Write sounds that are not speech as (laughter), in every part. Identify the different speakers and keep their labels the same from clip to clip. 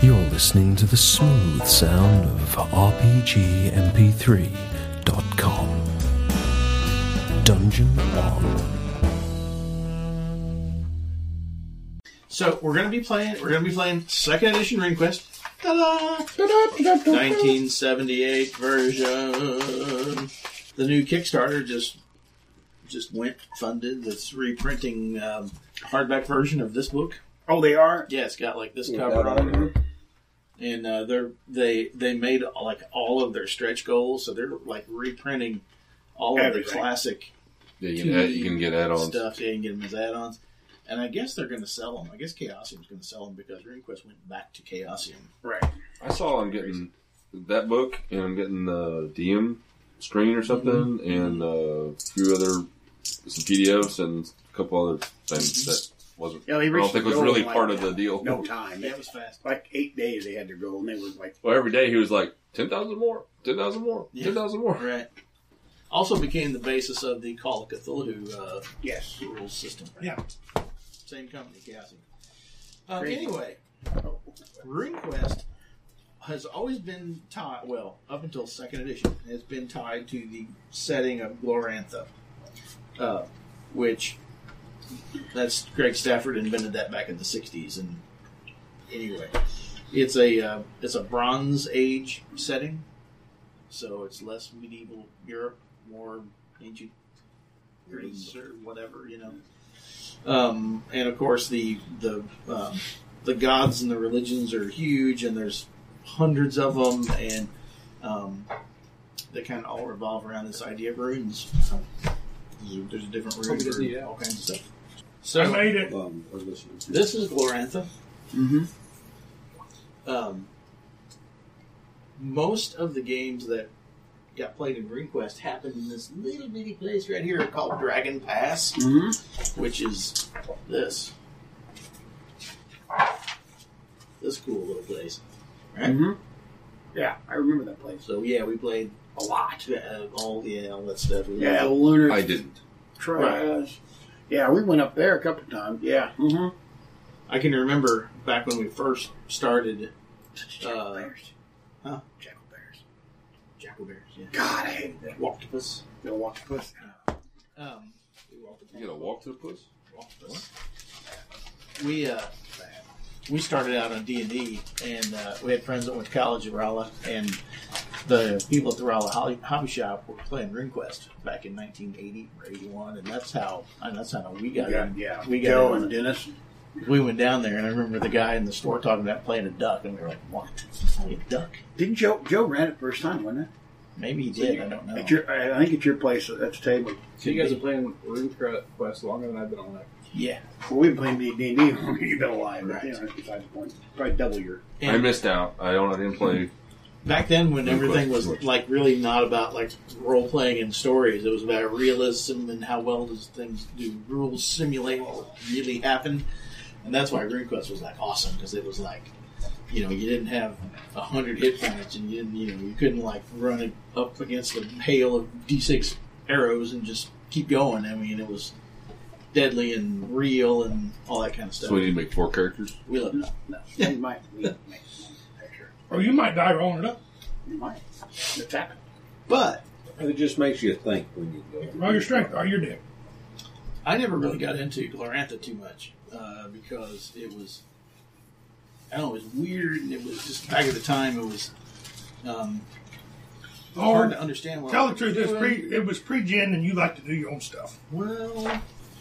Speaker 1: You're listening to the smooth sound of RPGMP3.com. Dungeon on.
Speaker 2: So we're gonna be playing. We're gonna be playing second edition RuneQuest. Ta-da! 1978 version. The new Kickstarter just just went funded. It's reprinting um, hardback version of this book.
Speaker 3: Oh, they are.
Speaker 2: Yeah, it's got like this cover on it, and uh, they're they they made like all of their stretch goals. So they're like reprinting all of the
Speaker 3: Everything.
Speaker 2: classic
Speaker 4: Yeah, you can, add, you can get add-ons.
Speaker 2: stuff. Yeah, you can get them as add-ons. And I guess they're going to sell them. I guess Chaosium's going to sell them because RuneQuest went back to Chaosium.
Speaker 3: Right.
Speaker 4: I saw I'm getting that book, and I'm getting the DM screen or something,
Speaker 2: Mm-hmm,
Speaker 4: and uh, a few other some PDFs and a couple other things
Speaker 2: Mm-hmm.
Speaker 4: that wasn't.
Speaker 3: Yeah, they
Speaker 4: I don't
Speaker 3: reached
Speaker 4: think
Speaker 3: the
Speaker 4: was
Speaker 3: goal
Speaker 4: really
Speaker 3: in, like,
Speaker 4: part of the deal.
Speaker 3: No time.
Speaker 2: Yeah, it was fast.
Speaker 3: Like eight days they had to go, and they were like,
Speaker 4: Well, every day he was like ten thousand more, ten thousand more,
Speaker 2: Yeah.
Speaker 4: ten thousand more.
Speaker 2: Right. Also became the basis of the Call of Cthulhu uh,
Speaker 3: "Yes,
Speaker 2: rules system.
Speaker 3: Yeah.
Speaker 2: Same company, Chaosium. Uh,
Speaker 3: Great.
Speaker 2: anyway, RuneQuest has always been tied, well, up until second edition, has been tied to the setting of Glorantha, uh, which that's Greg Stafford invented that back in the '60s. And anyway, it's a uh, it's a Bronze Age setting, so it's less medieval Europe, more ancient Greece or whatever, you know. Um, and of course, the the um, the gods and the religions are huge, and there's hundreds of them, and um, they kind of all revolve around this idea of runes. So, there's a- there's a different rune for all kinds of stuff. So
Speaker 5: I made it.
Speaker 6: Um, I was listening.
Speaker 2: this is Glorantha.
Speaker 3: Mhm.
Speaker 2: Um, most of the games that got played in RuneQuest happened in this little bitty place right here called Dragon Pass,
Speaker 3: mm-hmm,
Speaker 2: which is this. This cool little place. Right?
Speaker 3: mm-hmm. yeah, I remember that place
Speaker 2: So, yeah, we played
Speaker 3: a lot."
Speaker 2: uh, all, yeah, all that stuff. We
Speaker 3: Yeah, the lunar
Speaker 4: I didn't.
Speaker 3: trash. Yeah, we went up there a couple times. Yeah, mm-hmm.
Speaker 2: I can remember back when we first started
Speaker 3: jackal bears.
Speaker 2: huh?
Speaker 3: Jackal bears.
Speaker 2: Jackal Bears. Yeah.
Speaker 3: God, I hated that.
Speaker 2: Octopus.
Speaker 3: The octopus.
Speaker 2: Um, we walked
Speaker 4: You gotta walk to the place.
Speaker 2: we uh, we started out on D and D, and uh, we had friends that went to college at Rolla, and the people at the Rolla Holly- Hobby Shop were playing RuneQuest back in 1980 or 81, and that's how and that's how we got
Speaker 3: Yeah,
Speaker 2: in.
Speaker 3: yeah.
Speaker 2: we got
Speaker 3: Joe
Speaker 2: in.
Speaker 3: and Dennis.
Speaker 2: We went down there, and I remember the guy in the store talking about playing a duck, and we were like, "What? Playing a duck?
Speaker 3: Didn't Joe Joe ran it first time, wasn't it?
Speaker 2: Maybe he did. I don't know."
Speaker 3: At your, I I think at your place at the table.
Speaker 5: So you guys are playing RuneQuest longer than I've been on it.
Speaker 2: yeah,
Speaker 3: Well, we've been playing D and D longer. You've been alive,
Speaker 2: Right.
Speaker 3: right? You know, that's besides the point. Probably double your.
Speaker 2: And-
Speaker 4: I missed out. I don't. I didn't play.
Speaker 2: Mm-hmm. back then when
Speaker 4: Good
Speaker 2: everything
Speaker 4: question,
Speaker 2: was
Speaker 4: George.
Speaker 2: like really not about like role playing and stories it was about realism and how well does things do rules simulate what really happen and that's why RuneQuest was like awesome because it was like you know you didn't have a hundred hit points and you didn't you know you couldn't like run it up against a hail of d6 arrows and just keep going I mean it was deadly and real and all that kind of stuff
Speaker 4: So we need to make four characters.
Speaker 2: we loved it
Speaker 3: No, no. You might. We might. Sure.
Speaker 5: Or Oh, you might die rolling it up.
Speaker 3: You might. It's happened.
Speaker 2: but
Speaker 6: It just makes you think when you go.
Speaker 5: Roll your strength. Or you're dead.
Speaker 2: I never really got into Glorantha too much uh, because it was, I don't know, it was weird and it was just back at the time it was um, hard to
Speaker 5: Or
Speaker 2: understand. What
Speaker 5: Oh, tell the truth, it's pre, it was pre-gen and you like to do your own stuff.
Speaker 2: Well,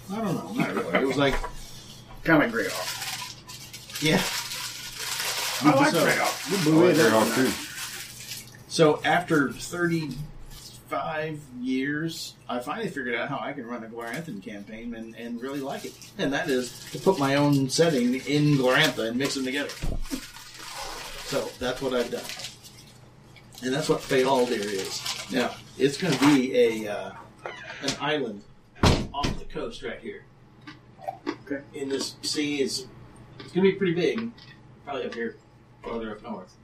Speaker 2: I don't know, not really. It was like,
Speaker 3: Kind of great off.
Speaker 2: yeah.
Speaker 5: I like
Speaker 2: So-
Speaker 5: trade-off.
Speaker 3: You
Speaker 4: I
Speaker 3: blew
Speaker 4: like
Speaker 3: it up.
Speaker 4: Greyhawk too.
Speaker 2: So after 35 years, I finally figured out how I can run a Gloranthan campaign and, and really like it. And that is to put my own setting in Glorantha and mix them together. So that's what I've done. And that's what Fealdir is. Now, it's going to be a uh, an island off the coast right here.
Speaker 3: Okay.
Speaker 2: In this sea, it's, it's going to be pretty big. Probably up here, farther up north.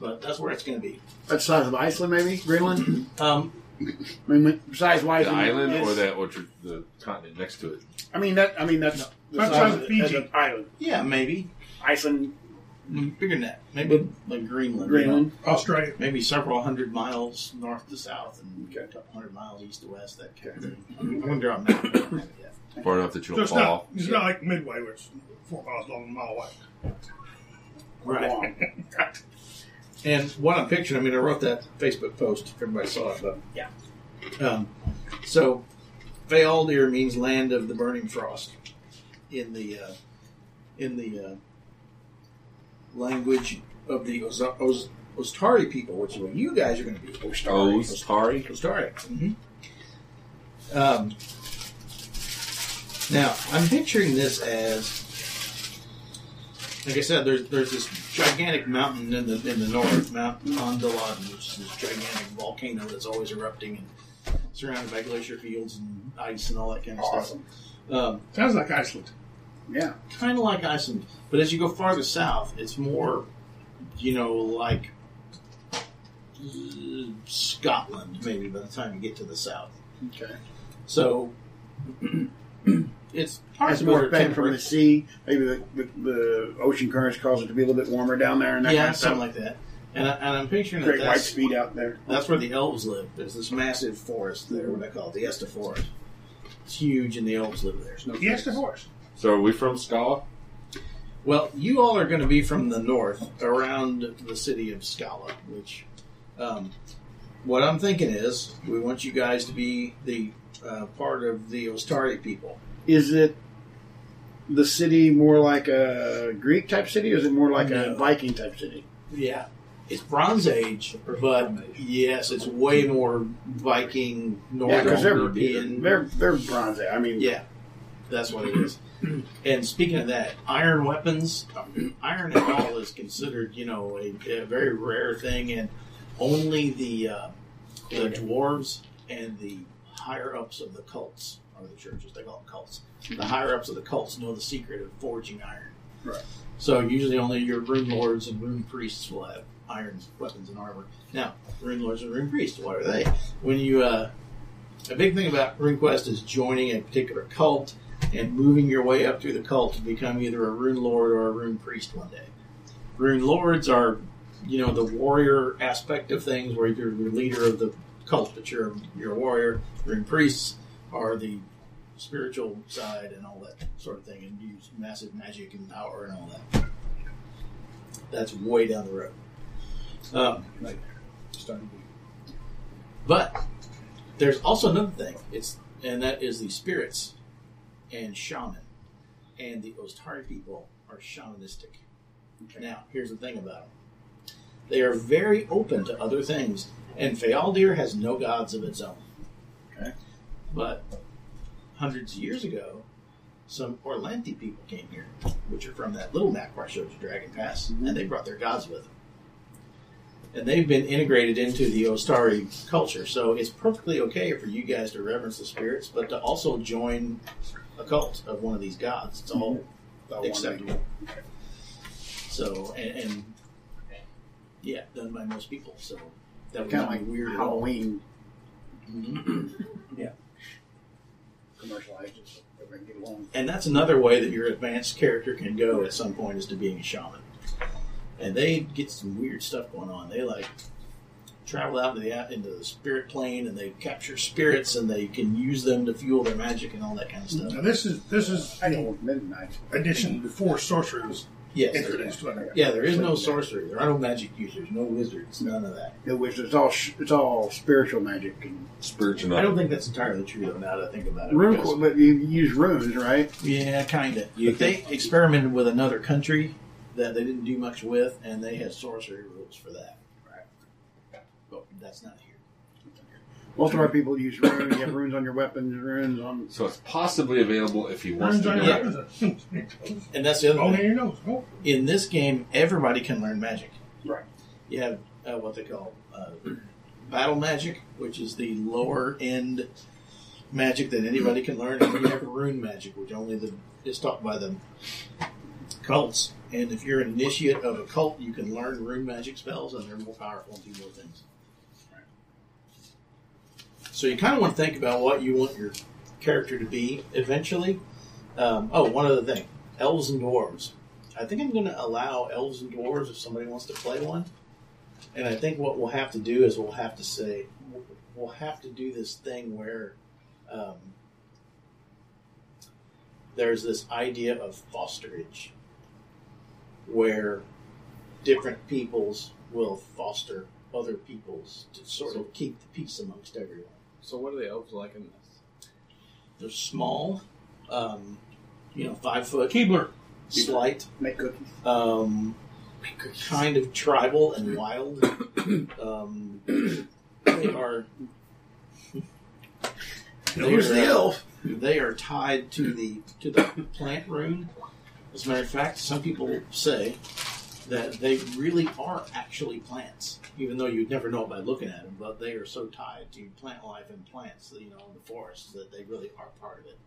Speaker 2: But that's where it's going to be.
Speaker 3: Mm-hmm. That's the size of Iceland, maybe Greenland.
Speaker 2: Um,
Speaker 3: I mean, size wise,
Speaker 4: The island or that orchard, the continent next to it.
Speaker 3: I mean that. I mean that's the
Speaker 5: That's
Speaker 3: size
Speaker 5: how
Speaker 3: of
Speaker 5: Fiji.
Speaker 3: that's an island.
Speaker 2: Yeah, maybe.
Speaker 3: Iceland,
Speaker 2: Bigger than that. Maybe like Greenland.
Speaker 3: Greenland.
Speaker 5: Australia.
Speaker 2: Maybe several hundred miles north to south and a couple hundred miles east to west, that kind of thing. I wonder on that. yet.
Speaker 4: Far enough that you
Speaker 5: So
Speaker 4: don't
Speaker 5: it's
Speaker 4: fall off.
Speaker 5: not, it's not like Midway, where it's four miles long and a mile wide.
Speaker 2: Right. (laughs) And what I'm picturing, I mean, I wrote that Facebook post. If everybody saw it, but yeah. Um, so, Fealdir means land of the burning frost in the uh, in the uh, language of the Oz- Oz- Ostari people, which is what you guys are going to be.
Speaker 4: Oh,
Speaker 2: Ostari.
Speaker 4: sorry.
Speaker 2: Ostari. Mm-hmm. Um, now, I'm picturing this as, like I said, there's there's this gigantic mountain in the in the north, Mount Ondalan, which is this gigantic volcano that's always erupting and surrounded by glacier fields and ice and all that kind of
Speaker 3: Awesome.
Speaker 2: stuff. Um,
Speaker 5: Sounds like Iceland.
Speaker 3: Yeah.
Speaker 2: kind of like Iceland, but as you go farther south, it's more, you know, like uh, Scotland. Maybe by the time you get to the south.
Speaker 3: Okay. (clears throat)
Speaker 2: So it's part
Speaker 3: That's
Speaker 2: more
Speaker 3: more bad from the
Speaker 2: temperate.
Speaker 3: sea. Maybe the, the, the ocean currents cause it to be a little bit warmer down there, and that
Speaker 2: yeah,
Speaker 3: kind of stuff.
Speaker 2: something like that. And, I, and I'm picturing that
Speaker 3: Great white
Speaker 2: that's,
Speaker 3: speed out there.
Speaker 2: that's where the elves live. There's this massive forest there, what I call it, the Esta Forest. It's huge, and the elves live there.
Speaker 3: No
Speaker 5: Yes,
Speaker 3: thanks.
Speaker 5: of course.
Speaker 4: So are we from Scala?
Speaker 2: Well, you all are going to be from the north, around the city of Scala, which, um, what I'm thinking is, we want you guys to be the uh, part of the Ostari people.
Speaker 3: Is it the city more like a Greek type city, or is it more like
Speaker 2: No.
Speaker 3: a Viking type city?
Speaker 2: Yeah. It's Bronze Age, but yes, it's way more Viking,
Speaker 3: Yeah,
Speaker 2: Northern
Speaker 3: because they're,
Speaker 2: European.
Speaker 3: they're they're bronze. I mean,
Speaker 2: yeah, that's what it is. and speaking of that, iron weapons, iron at all is considered, you know, a, a very rare thing, and only the uh, the dwarves and the higher ups of the cults or the churches they call them cults. The higher ups of the cults know the secret of forging iron.
Speaker 3: Right.
Speaker 2: So usually only your rune lords and rune priests will have iron weapons and armor. Now, rune lords and rune priests, what are they? When you uh, a big thing about RuneQuest is joining a particular cult and moving your way up through the cult to become either a rune lord or a rune priest one day. Rune lords are, you know, the warrior aspect of things, where you're the leader of the cult, but you're you're a warrior. Rune priests are the spiritual side and all that sort of thing, and use massive magic and power and all that. That's way down the road. Um, but there's also another thing. It's and that is the spirits and shaman. And the Ostari people are shamanistic. Now, here's the thing about them. They are very open to other things, and Fealdir has no gods of its own.
Speaker 3: Okay.
Speaker 2: But hundreds of years ago, some Orlanthi people came here, which are from that little map where I showed you Dragon Pass, and they brought their gods with them. And they've been integrated into the Ostari culture, so it's perfectly okay for you guys to reverence the spirits, but to also join a cult of one of these gods. It's all
Speaker 3: About one
Speaker 2: acceptable. So and, and yeah, done by most people. So that would
Speaker 3: kind of
Speaker 2: not be
Speaker 3: like
Speaker 2: weird. at
Speaker 3: weird
Speaker 2: all. Mm-hmm.
Speaker 3: Halloween
Speaker 2: Yeah.
Speaker 3: commercialized. Just everybody get along.
Speaker 2: And that's another way that your advanced character can go at some point is to being a shaman. And they get some weird stuff going on. They like travel out into the out into the spirit plane and they capture spirits and they can use them to fuel their magic and all that kind of stuff.
Speaker 3: Mm-hmm.
Speaker 5: Now, this is this is
Speaker 3: I
Speaker 5: you
Speaker 3: don't
Speaker 5: know,
Speaker 3: work midnight.
Speaker 5: edition before sorcery was
Speaker 2: Yes.
Speaker 5: introduced. wasn't it?
Speaker 2: Yeah, there is no sorcery. There are no magic users, no wizards, none of that.
Speaker 3: It was it's all sh- it's all spiritual magic and
Speaker 4: Spiritual.
Speaker 2: I don't think that's entirely true though. Now that I think about it,
Speaker 3: rune.
Speaker 2: because-
Speaker 3: But you use runes, right?
Speaker 2: Yeah, kind of.
Speaker 6: You
Speaker 2: But they
Speaker 6: can-
Speaker 2: experimented with another country that they didn't do much with, and they had sorcery rules for that. Right. But that's not here.
Speaker 3: Most of our people use runes. You have runes on your weapons, runes on.
Speaker 4: So it's possibly available if he wants
Speaker 5: Burns
Speaker 4: to
Speaker 5: on
Speaker 4: go
Speaker 5: your
Speaker 4: there.
Speaker 5: nose.
Speaker 2: And that's the other
Speaker 5: (laughs) Bone in
Speaker 2: thing.
Speaker 5: your nose. Oh,
Speaker 2: In this game, everybody can learn magic.
Speaker 3: Right.
Speaker 2: You have uh, what they call uh, battle magic, which is the lower end magic that anybody can learn, and you have rune magic, which only the is taught by the cults. And if you're an initiate of a cult, you can learn rune magic spells, and they're more powerful and do more things. So you kind of want to think about what you want your character to be eventually. Um, oh, one other thing: elves and dwarves. I think I'm going to allow elves and dwarves if somebody wants to play one. And I think what we'll have to do is we'll have to say we'll have to do this thing where um, there's this idea of fosterage, where different peoples will foster other peoples to sort of keep the peace amongst everyone.
Speaker 7: So what are the elves like in this?
Speaker 2: They're small, um, you know, five foot,
Speaker 5: Keebler.
Speaker 2: slight,
Speaker 3: Make cookies.
Speaker 2: um, kind of tribal and wild. Um, they are. They
Speaker 3: Who's
Speaker 2: are,
Speaker 3: the
Speaker 2: uh,
Speaker 3: elf?
Speaker 2: They are tied to the to the plant rune. As a matter of fact, some people say that they really are actually plants, even though you'd never know it by looking at them. But they are so tied to plant life and plants, you know, in the forests that they really are part of it.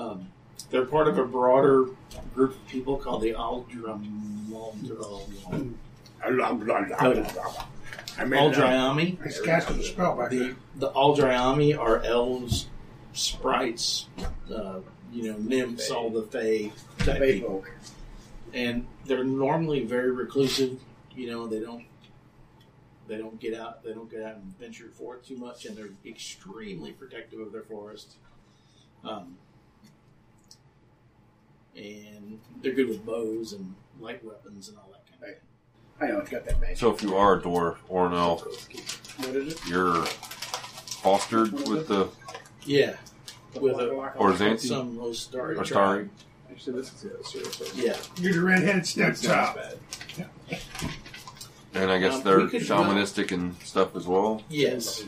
Speaker 2: Um, they're part of a broader group of people called the Aldram.
Speaker 3: I
Speaker 2: All
Speaker 3: made it up.
Speaker 2: Aldriami.
Speaker 5: It's casting a spell back
Speaker 2: uh, The
Speaker 5: there.
Speaker 2: the Aldriami are elves, sprites, uh, you know, nymphs, all the fae type
Speaker 3: Bay
Speaker 2: people,
Speaker 3: folk.
Speaker 2: and they're normally very reclusive. You know, they don't they don't get out they don't get out and venture forth too much, and they're extremely protective of their forests. Um, and they're good with bows and light weapons and all that kind of thing.
Speaker 3: I know, it's got that base.
Speaker 4: So if you are a dwarf or an elf,
Speaker 3: What is it?
Speaker 4: you're fostered with the
Speaker 2: Yeah, with
Speaker 3: Waka
Speaker 2: a,
Speaker 3: waka.
Speaker 4: or Xanthi
Speaker 2: some low starry
Speaker 4: or
Speaker 2: tribe.
Speaker 4: Starry.
Speaker 7: Actually, this is a serious one.
Speaker 2: Yeah,
Speaker 5: You're the redheaded stepchild.
Speaker 7: bad.
Speaker 4: And I guess
Speaker 2: Um,
Speaker 4: they're
Speaker 2: we could-
Speaker 4: shamanistic and stuff as well.
Speaker 2: yes,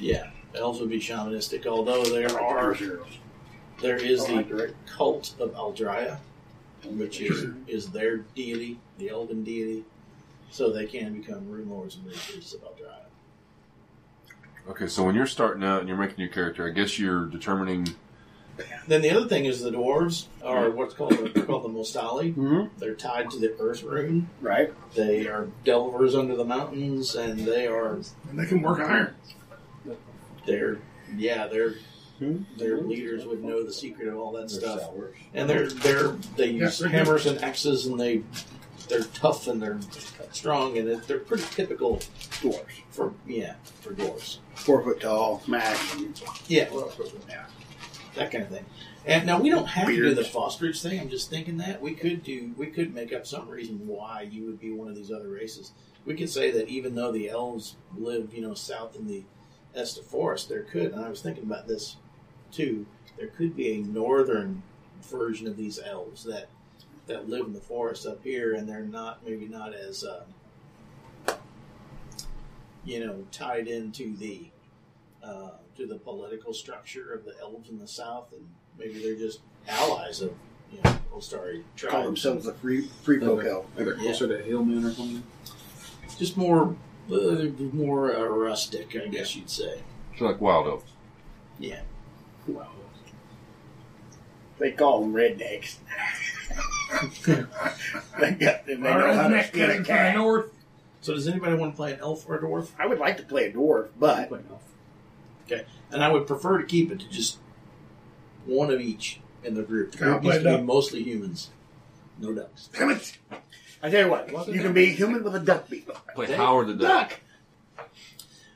Speaker 2: yeah. Elves would be shamanistic, although there are there is
Speaker 3: I like
Speaker 2: the
Speaker 3: the red-
Speaker 2: cult of Aldria, which is is their deity, the elven deity. So they can become rune lords and rune priests of Aldria.
Speaker 4: Okay, so when you're starting out and you're making your character, I guess you're determining
Speaker 2: Then the other thing is the dwarves are what's called the, they're called the Mostali.
Speaker 3: Mhm.
Speaker 2: They're tied to the Earth Rune.
Speaker 3: Right.
Speaker 2: They are delvers under the mountains, and they are
Speaker 5: And they can work iron.
Speaker 2: they're yeah they're
Speaker 3: Hmm?
Speaker 2: their leaders would know the secret of all that stuff.
Speaker 6: sour.
Speaker 2: and they're they're they
Speaker 5: Yeah,
Speaker 2: use
Speaker 5: they're
Speaker 2: hammers and axes and they they're tough and they're strong and they're- they're pretty typical
Speaker 3: Dwarves.
Speaker 2: for yeah for dwarves
Speaker 3: Four foot tall, max. and-
Speaker 2: yeah
Speaker 3: Yeah.
Speaker 2: that kind of thing and now we don't have to do the
Speaker 3: Beards.
Speaker 2: fosterage thing I'm just thinking that we could do we could make up some reason why you would be one of these other races we could say that even though the elves live you know south in the Esta forest there could and I was thinking about this too there could be a northern version of these elves that that live in the forest up here, and they're not maybe not as um, you know tied into the uh, to the political structure of the elves in the south, and maybe they're just allies of you know Ostari
Speaker 3: Call
Speaker 2: tribes.
Speaker 3: themselves the free free folk elf.
Speaker 7: They're closer to Hillman or something.
Speaker 2: Just more uh, more uh, rustic, I guess you'd say.
Speaker 4: so like wild elves.
Speaker 2: Yeah,
Speaker 3: They call them rednecks. (laughs) they got them. They know how to
Speaker 5: Redneck
Speaker 3: skin a
Speaker 5: cutting from the
Speaker 3: cat.
Speaker 5: north.
Speaker 2: So does anybody want to play an elf or a dwarf?
Speaker 3: I would like to play a dwarf, but
Speaker 2: And I would prefer to keep it to just one of each in the group. The
Speaker 5: Can I
Speaker 2: group
Speaker 5: play
Speaker 2: needs to be
Speaker 5: duck?
Speaker 2: mostly humans, no ducks.
Speaker 5: Damn it.
Speaker 3: I tell you what, you can be human with a duck beak.
Speaker 4: Play
Speaker 2: They-
Speaker 4: Howard the Duck.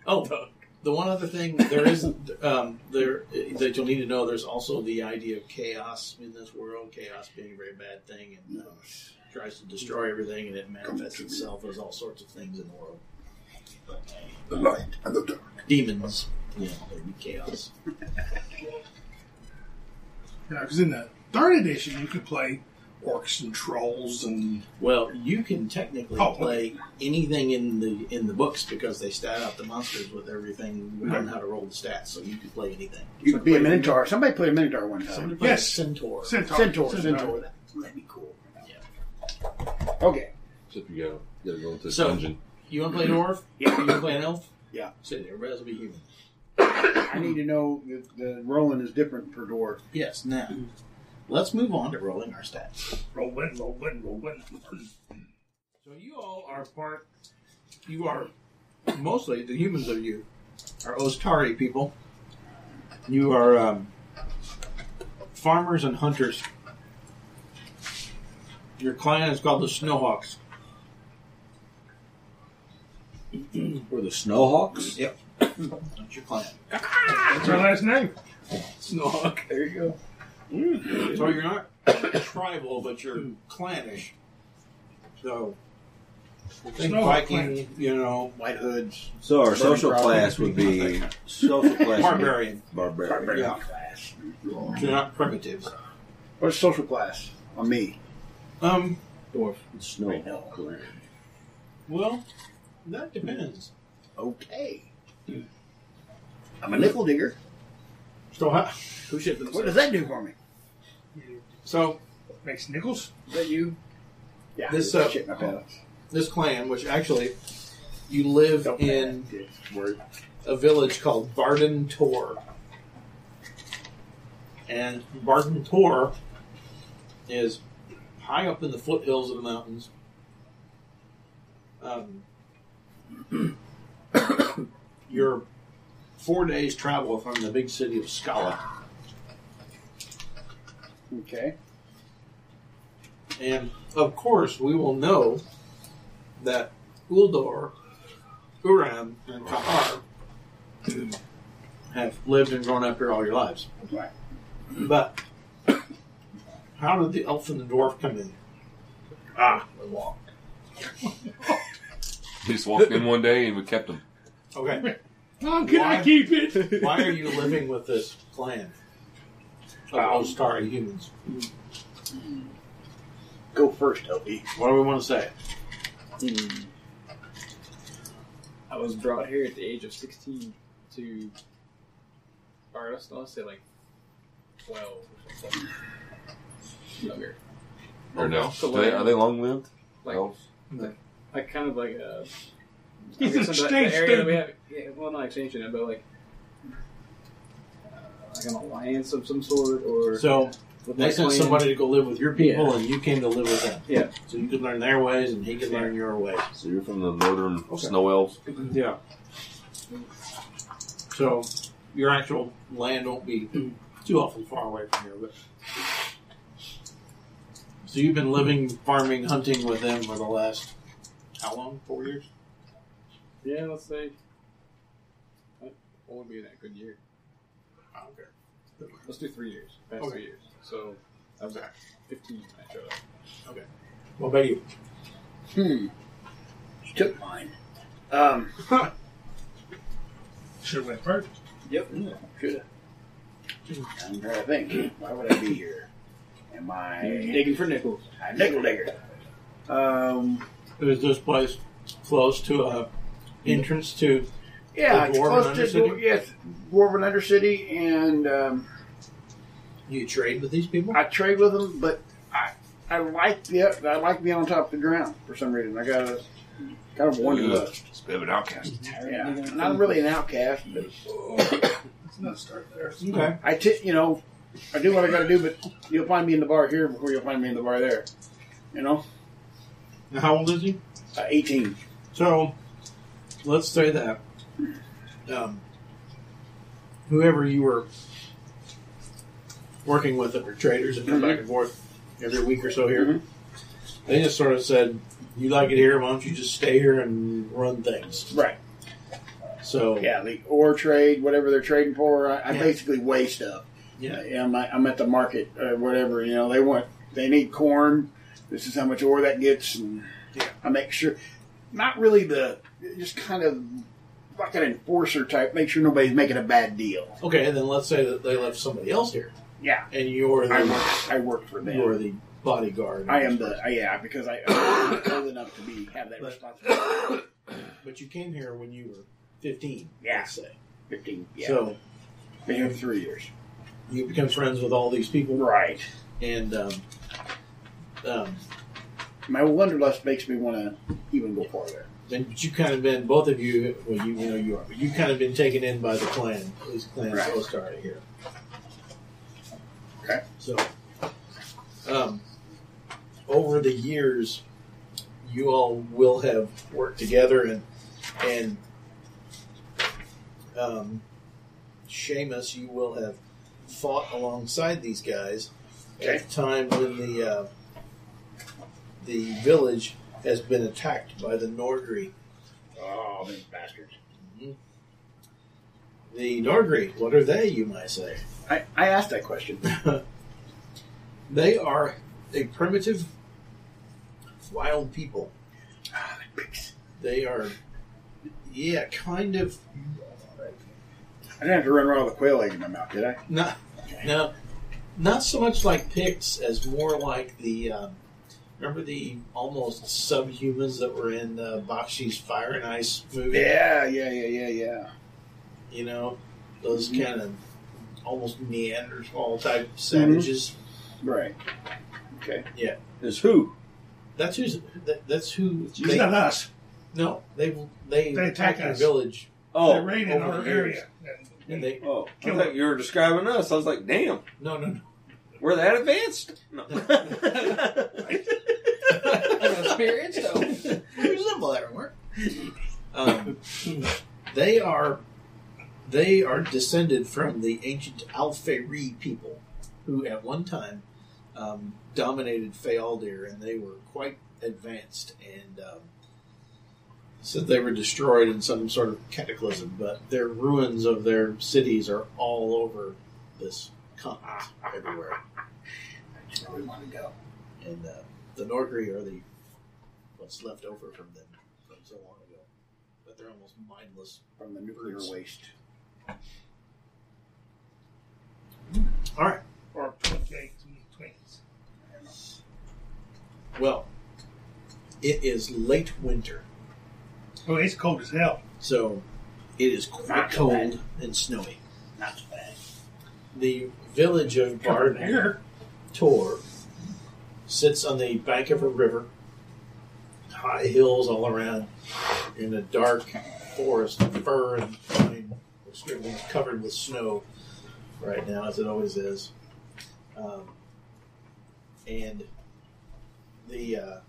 Speaker 2: Oh, the one other thing there is um, there that you'll need to know. There's also the idea of chaos in this world. Chaos being a very bad thing and um, tries to destroy everything, and it manifests itself as all sorts of things in the world.
Speaker 3: The light and the dark.
Speaker 2: Demons, you know, they be chaos.
Speaker 5: Yeah, because in the third edition, you could play orcs and trolls and
Speaker 2: Well, you can technically
Speaker 5: Oh, okay.
Speaker 2: play anything in the in the books because they stat out the monsters with everything. We learn how to roll the stats, so you can play anything.
Speaker 3: You could be a minotaur. Somebody played a minotaur one time.
Speaker 2: Somebody play a
Speaker 5: Yes.
Speaker 2: centaur.
Speaker 5: centaur.
Speaker 3: Centaur, centaur. That- That'd be cool.
Speaker 2: Yeah.
Speaker 3: Okay.
Speaker 4: Except you gotta, you gotta go into the
Speaker 2: So-
Speaker 4: dungeon.
Speaker 2: You want to play dwarf?
Speaker 3: (clears throat) Yeah.
Speaker 2: You want to play an elf?
Speaker 3: Yeah.
Speaker 2: So everybody else will be human.
Speaker 3: I need to know that the rolling is different per dwarf.
Speaker 2: Yes, now. Let's move on to rolling our stats.
Speaker 5: Rolling, rolling, rolling.
Speaker 2: So you all are part, you are mostly, the humans are you, are Ostari people. You are um, farmers and hunters. Your clan is called the Snowhawks.
Speaker 6: Or the Snowhawks?
Speaker 2: Yep. That's your clan.
Speaker 5: That's our last name.
Speaker 2: (laughs) Oh,
Speaker 5: Snog.
Speaker 6: There you go.
Speaker 2: So you're not tribal, but you're clannish. So, think
Speaker 5: Snow
Speaker 2: Viking,
Speaker 5: clan.
Speaker 2: you know, White Hoods,
Speaker 6: So our
Speaker 2: Burning
Speaker 6: social
Speaker 2: problem.
Speaker 6: class would be social (laughs) class. would be
Speaker 2: barbarian.
Speaker 6: Barbarian.
Speaker 2: Yeah. They're not primitives.
Speaker 3: What's social class on me?
Speaker 2: Um,
Speaker 7: Dwarf.
Speaker 6: Snow. clan.
Speaker 2: well, that depends.
Speaker 3: Okay. Hmm. I'm a nickel digger.
Speaker 2: So (laughs) how? Who should
Speaker 3: What does that do for me?
Speaker 2: So
Speaker 5: Makes nickels.
Speaker 3: Is that you? Yeah.
Speaker 2: This,
Speaker 3: I
Speaker 2: uh,
Speaker 3: shit my pants.
Speaker 2: this clan, which actually you live
Speaker 3: Don't
Speaker 2: in
Speaker 3: matter. Word.
Speaker 2: a village called Barden Tor, and Barden Tor is high up in the foothills of the mountains. Um, (coughs) you're four days travel from the big city of Skala.
Speaker 3: Okay.
Speaker 2: And of course, we will know that Uldor, Uram, and Kahar have lived and grown up here all your lives.
Speaker 3: Right.
Speaker 2: But how did the elf and the dwarf come in? Ah, they walked.
Speaker 4: He just walked in one day and we kept him.
Speaker 2: Okay.
Speaker 5: How can
Speaker 2: Why?
Speaker 5: I keep
Speaker 7: (laughs)
Speaker 5: it?
Speaker 2: Why are you living with this clan of Ostari humans?
Speaker 3: Go first, LP.
Speaker 2: What do we want to say?
Speaker 7: I was brought here at the age of 16 to. Or let's, let's say like 12 or something. Younger.
Speaker 4: Or no?
Speaker 7: So
Speaker 4: Are they, are they long lived?
Speaker 7: Like,
Speaker 4: Elves?
Speaker 7: like kind of like uh, a.
Speaker 5: He's
Speaker 7: Like
Speaker 5: an
Speaker 7: some of the-
Speaker 5: exchange
Speaker 7: the area that we
Speaker 5: student.
Speaker 7: have, yeah, well, not exchange student, but like, uh, like an alliance of some sort, or
Speaker 2: So
Speaker 7: with
Speaker 2: they
Speaker 7: my
Speaker 2: sent
Speaker 7: clan.
Speaker 2: somebody to go live with your people, and you came to live with them.
Speaker 7: Yeah.
Speaker 2: So you could learn their ways, and he could learn your ways.
Speaker 4: So you're from the northern snow elves?
Speaker 2: Yeah. So your actual land won't be (clears throat) too awful far away from here, but so you've been living, farming, hunting with them for the last how long? Four years.
Speaker 7: Yeah, let's say. That won't be that good year.
Speaker 2: I don't care.
Speaker 7: Let's do three years. Past
Speaker 2: Okay.
Speaker 7: three years. So I was at 15 when I showed up.
Speaker 2: What about you?
Speaker 3: Hmm. She took mine.
Speaker 2: (laughs)
Speaker 3: Um.
Speaker 5: Should went first.
Speaker 3: Yep. Should. I'm trying to think. Why would I be here? Am I digging for nickels? I'm nickel digger.
Speaker 2: Oh,
Speaker 3: Um.
Speaker 2: Is this place close to a entrance to?
Speaker 3: Yeah,
Speaker 2: The
Speaker 3: it's
Speaker 2: Dwarven
Speaker 3: close to
Speaker 2: Undercity?
Speaker 3: Dwar- yes, Dwarven Undercity, and um,
Speaker 2: You trade with these people?
Speaker 3: I trade with them, but I I like the up- I like being on top of the ground for some reason. I got a kind of wanderlust.
Speaker 4: It's a bit of an outcast.
Speaker 3: Yeah, I'm not really an outcast, but
Speaker 5: Let's not start there.
Speaker 2: Okay.
Speaker 3: I t- you know, I do what I got to do, but you'll find me in the bar here before you'll find me in the bar there. You know,
Speaker 2: Now, how old is he?
Speaker 3: uh, eighteen.
Speaker 2: So, let's say that um, whoever you were working with that were traders and come back
Speaker 3: Mm-hmm.
Speaker 2: and forth every week or so here,
Speaker 3: Mhm.
Speaker 2: they just sort of said, "You like it here? Why don't you just stay here and run things?"
Speaker 3: Right.
Speaker 2: So,
Speaker 3: Yeah, the ore trade, whatever they're trading for, I, I
Speaker 2: Yeah.
Speaker 3: basically weigh stuff.
Speaker 2: yeah.
Speaker 3: I'm, at- I'm at the market or whatever. You know, they want they need corn. This is how much ore that gets, and
Speaker 2: Yeah.
Speaker 3: I make sure. Not really the just kind of like an enforcer type. Make sure nobody's making a bad deal.
Speaker 2: Okay, and then let's say that they left somebody else here,
Speaker 3: Yeah,
Speaker 2: and you're
Speaker 3: I
Speaker 2: the,
Speaker 3: work. I work for them.
Speaker 2: you're the bodyguard.
Speaker 3: I am the I- yeah because I I'm old enough to be have that
Speaker 2: But-
Speaker 3: responsibility.
Speaker 2: but you came here when you were 15.
Speaker 3: Yeah.
Speaker 2: Let's say.
Speaker 3: Fifteen. Yeah.
Speaker 2: So
Speaker 3: been here three years.
Speaker 2: you become friends with all these people.
Speaker 3: Right.
Speaker 2: and um, um,
Speaker 3: My wanderlust makes me want to even go farther.
Speaker 2: then but you kind of been both of you. Well, you, you know you are, but you kind of been taken in by the clan. This clan
Speaker 3: Right.
Speaker 2: so started here.
Speaker 3: Okay.
Speaker 2: So, um, over the years, you all will have worked together and and um, Seamus, you will have fought alongside these guys at the time when the uh, the village has been attacked by the Nordri.
Speaker 3: Oh, these bastards.
Speaker 2: The Nordri, what are they, you might say?
Speaker 3: I, I asked that question.
Speaker 2: They are a primitive, wild people.
Speaker 3: Ah, the pigs.
Speaker 2: They are, yeah, kind of
Speaker 3: I didn't have to run around with a quail egg in my mouth, did I?
Speaker 2: not no, not so much like Picts as more like the um, remember the almost subhumans that were in uh, Bakshi's Fire and Ice movie.
Speaker 3: Yeah, yeah, yeah, yeah, yeah.
Speaker 2: you know those
Speaker 3: Mm-hmm.
Speaker 2: kind of almost Neanderthal type savages.
Speaker 3: Right. Okay.
Speaker 6: Is who?
Speaker 2: That's who's that, that's who
Speaker 5: It's
Speaker 2: they,
Speaker 5: not us.
Speaker 2: no they they,
Speaker 5: They attack
Speaker 2: attacked the
Speaker 5: us.
Speaker 2: village
Speaker 5: They're
Speaker 6: Oh,
Speaker 5: raiding
Speaker 2: over
Speaker 5: our
Speaker 2: the years.
Speaker 5: area. And
Speaker 2: and they
Speaker 6: oh! I
Speaker 5: Kill
Speaker 6: thought you were describing us. I was like, damn,
Speaker 2: no no no
Speaker 6: we're that advanced. No. (laughs)
Speaker 7: Experience though.
Speaker 2: resemble that remark. Um, they are they are descended from the ancient Alferi people, who at one time um, dominated Fealdir, and they were quite advanced. And um, said they were destroyed in some sort of cataclysm, but their ruins of their cities are all over this continent, everywhere.
Speaker 3: That's where we want to go.
Speaker 2: And uh, the Nordri are the what's left over from them from so long ago. But they're almost mindless.
Speaker 3: From the nuclear (laughs) waste.
Speaker 2: All right.
Speaker 5: Or twigs and twigs.
Speaker 2: Well, it is late winter,
Speaker 5: Oh, it's cold as hell.
Speaker 2: so it is quite
Speaker 3: Not so bad.
Speaker 2: cold and snowy.
Speaker 3: Not so bad.
Speaker 2: The village of
Speaker 5: Covered
Speaker 2: Barden
Speaker 5: here.
Speaker 2: Tor sits on the bank of a river, high hills all around, in a dark forest, of fir and pine, extremely covered with snow right now, as it always is. Um, and the uh,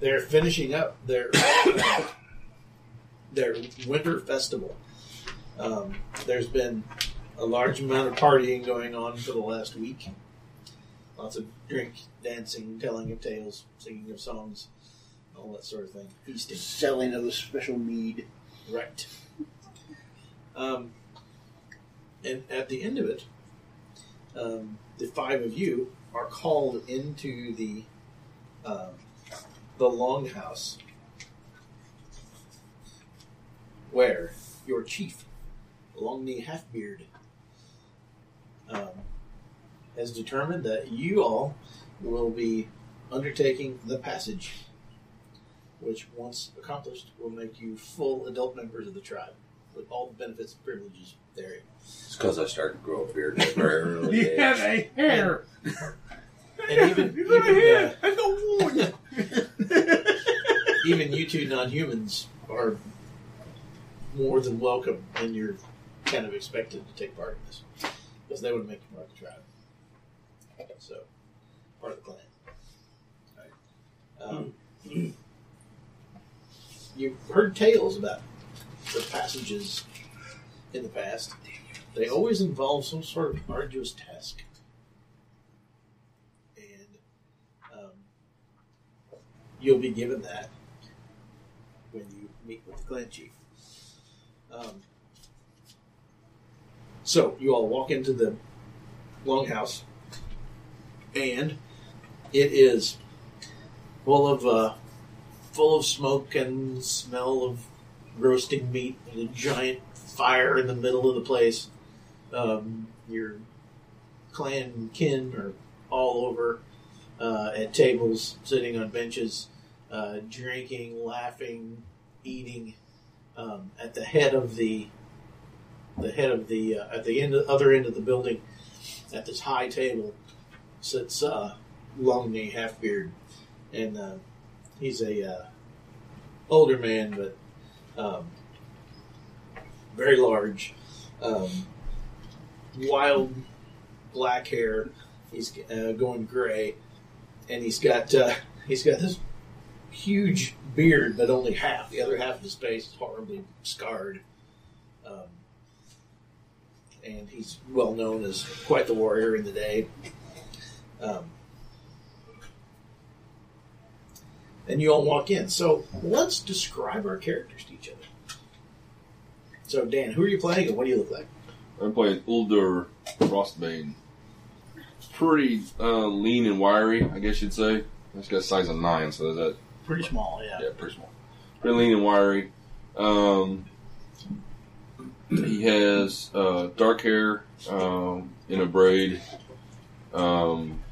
Speaker 2: they're finishing up their their winter festival. Um, there's been a large amount of partying going on for the last week. Lots of drink, dancing, telling of tales, singing of songs, all that sort of thing. Feasting.
Speaker 3: Selling of the special mead.
Speaker 2: Right. Um, and at the end of it, um, the five of you are called into the um, the longhouse, where your chief, Long Knee Halfbeard, um, has determined that you all will be undertaking the passage which, once accomplished, will make you full adult members of the tribe with all the benefits and privileges therein.
Speaker 6: It's because I started to grow a beard at a very early
Speaker 5: You
Speaker 6: age.
Speaker 5: have a hair.
Speaker 2: And even
Speaker 5: You got a
Speaker 2: even, uh,
Speaker 5: hair. I got one.
Speaker 2: even you two non-humans are more than welcome, and you're kind of expected to take part in this because they would make you part of the tribe. So, part of the clan. Um, you've heard tales about the passages in the past. They always involve some sort of arduous task. And um, you'll be given that when you meet with the clan chief. Um, so you all walk into the longhouse, and it is full of uh, full of smoke and smell of roasting meat and a giant fire in the middle of the place. Um, your clan and kin are all over uh, at tables, sitting on benches, uh, drinking, laughing, eating. Um, at the head of the the head of the uh, at the end other end of the building, at this high table, sits uh, long knee half beard, and uh, he's a uh, older man but um, very large, um, wild black hair. He's uh, going gray, and he's got uh, he's got this huge beard, but only half. The other half of his face is horribly scarred. Um, and he's well known as quite the warrior in the day. Um, and you all walk in. So let's describe our characters to each other. So, Dan, who are you playing and what do you look like?
Speaker 4: I'm playing Uldur Frostbane. Pretty uh, lean and wiry, I guess you'd say. He's got a size of nine, so is that
Speaker 2: Pretty small, yeah.
Speaker 4: yeah, pretty small, pretty lean and wiry. Um, he has uh, dark hair um, in a braid. Um,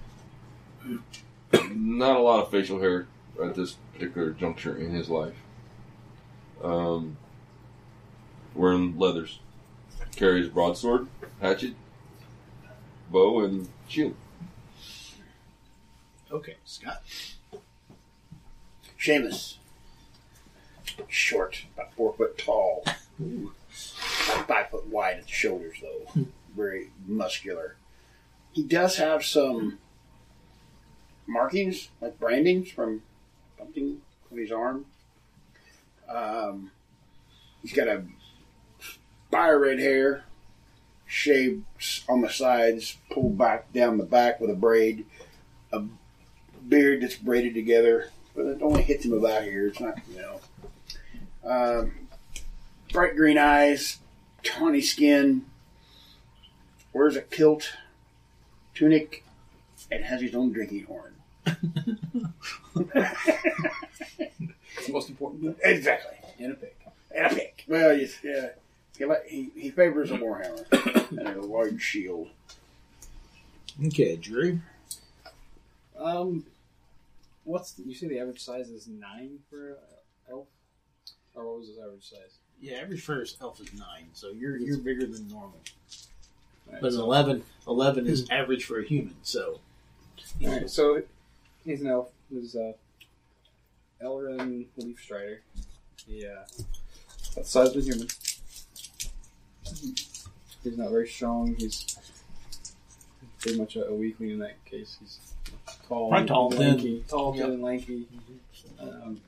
Speaker 4: not a lot of facial hair at this particular juncture in his life. Um, wearing leathers, carries broadsword, hatchet, bow, and shield.
Speaker 2: Okay, Scott.
Speaker 3: Seamus. Short, about four foot tall. About five foot wide at the shoulders, though. Very muscular. He does have some markings, like brandings from something on his arm. Um, he's got a fire red hair, shaved on the sides, pulled back down the back with a braid, a beard that's braided together but it only hits him about here. It's not, you know. Um, bright green eyes, tawny skin, wears a kilt, tunic, and has his own drinking horn.
Speaker 7: It's the most important thing.
Speaker 3: Exactly.
Speaker 7: And a pick.
Speaker 3: And a pick. Well, yes, yeah. He, li- he, he favors a warhammer and a large shield.
Speaker 2: Okay, Drew.
Speaker 7: Um, what's the, you say the average size is nine for a elf? Or what was his average size?
Speaker 2: Yeah, every first elf is nine, so you're you're bigger than normal.
Speaker 7: Alright,
Speaker 2: But an 11, 11 is average for a human, so
Speaker 7: All right, so he's an elf. He's uh, Elrin Leaf Strider. He uh, about the size of a human. He's not very strong. He's pretty much a, a weakling in that case. He's tall,
Speaker 2: Probably tall,
Speaker 7: and
Speaker 2: thin.
Speaker 7: lanky, tall,
Speaker 2: Yep.
Speaker 7: thin, and lanky. Um,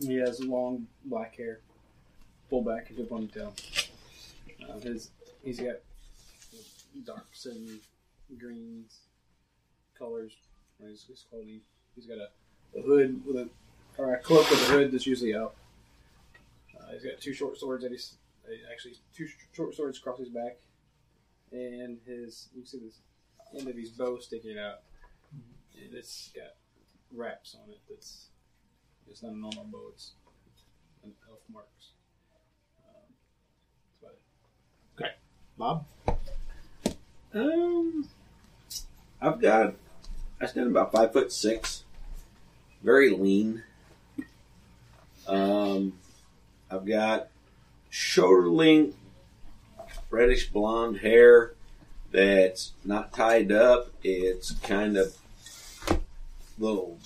Speaker 7: he has long black hair, full back into a ponytail. Uh, his he's got darks and greens colors. or His, his clothing. He's got a, a hood with a or a cloak with a hood that's usually up. Uh, he's got two short swords that he's uh, actually two sh- short swords across his back, and his you can see this end of his bow sticking out. And it's got wraps on it. That's it's not a normal bow. It's an elf marks. Um, that's about it.
Speaker 2: Bob.
Speaker 6: Um, I've got. I stand about five foot six. Very lean. Um, I've got shoulder length, reddish blonde hair that's not tied up. It's kind of little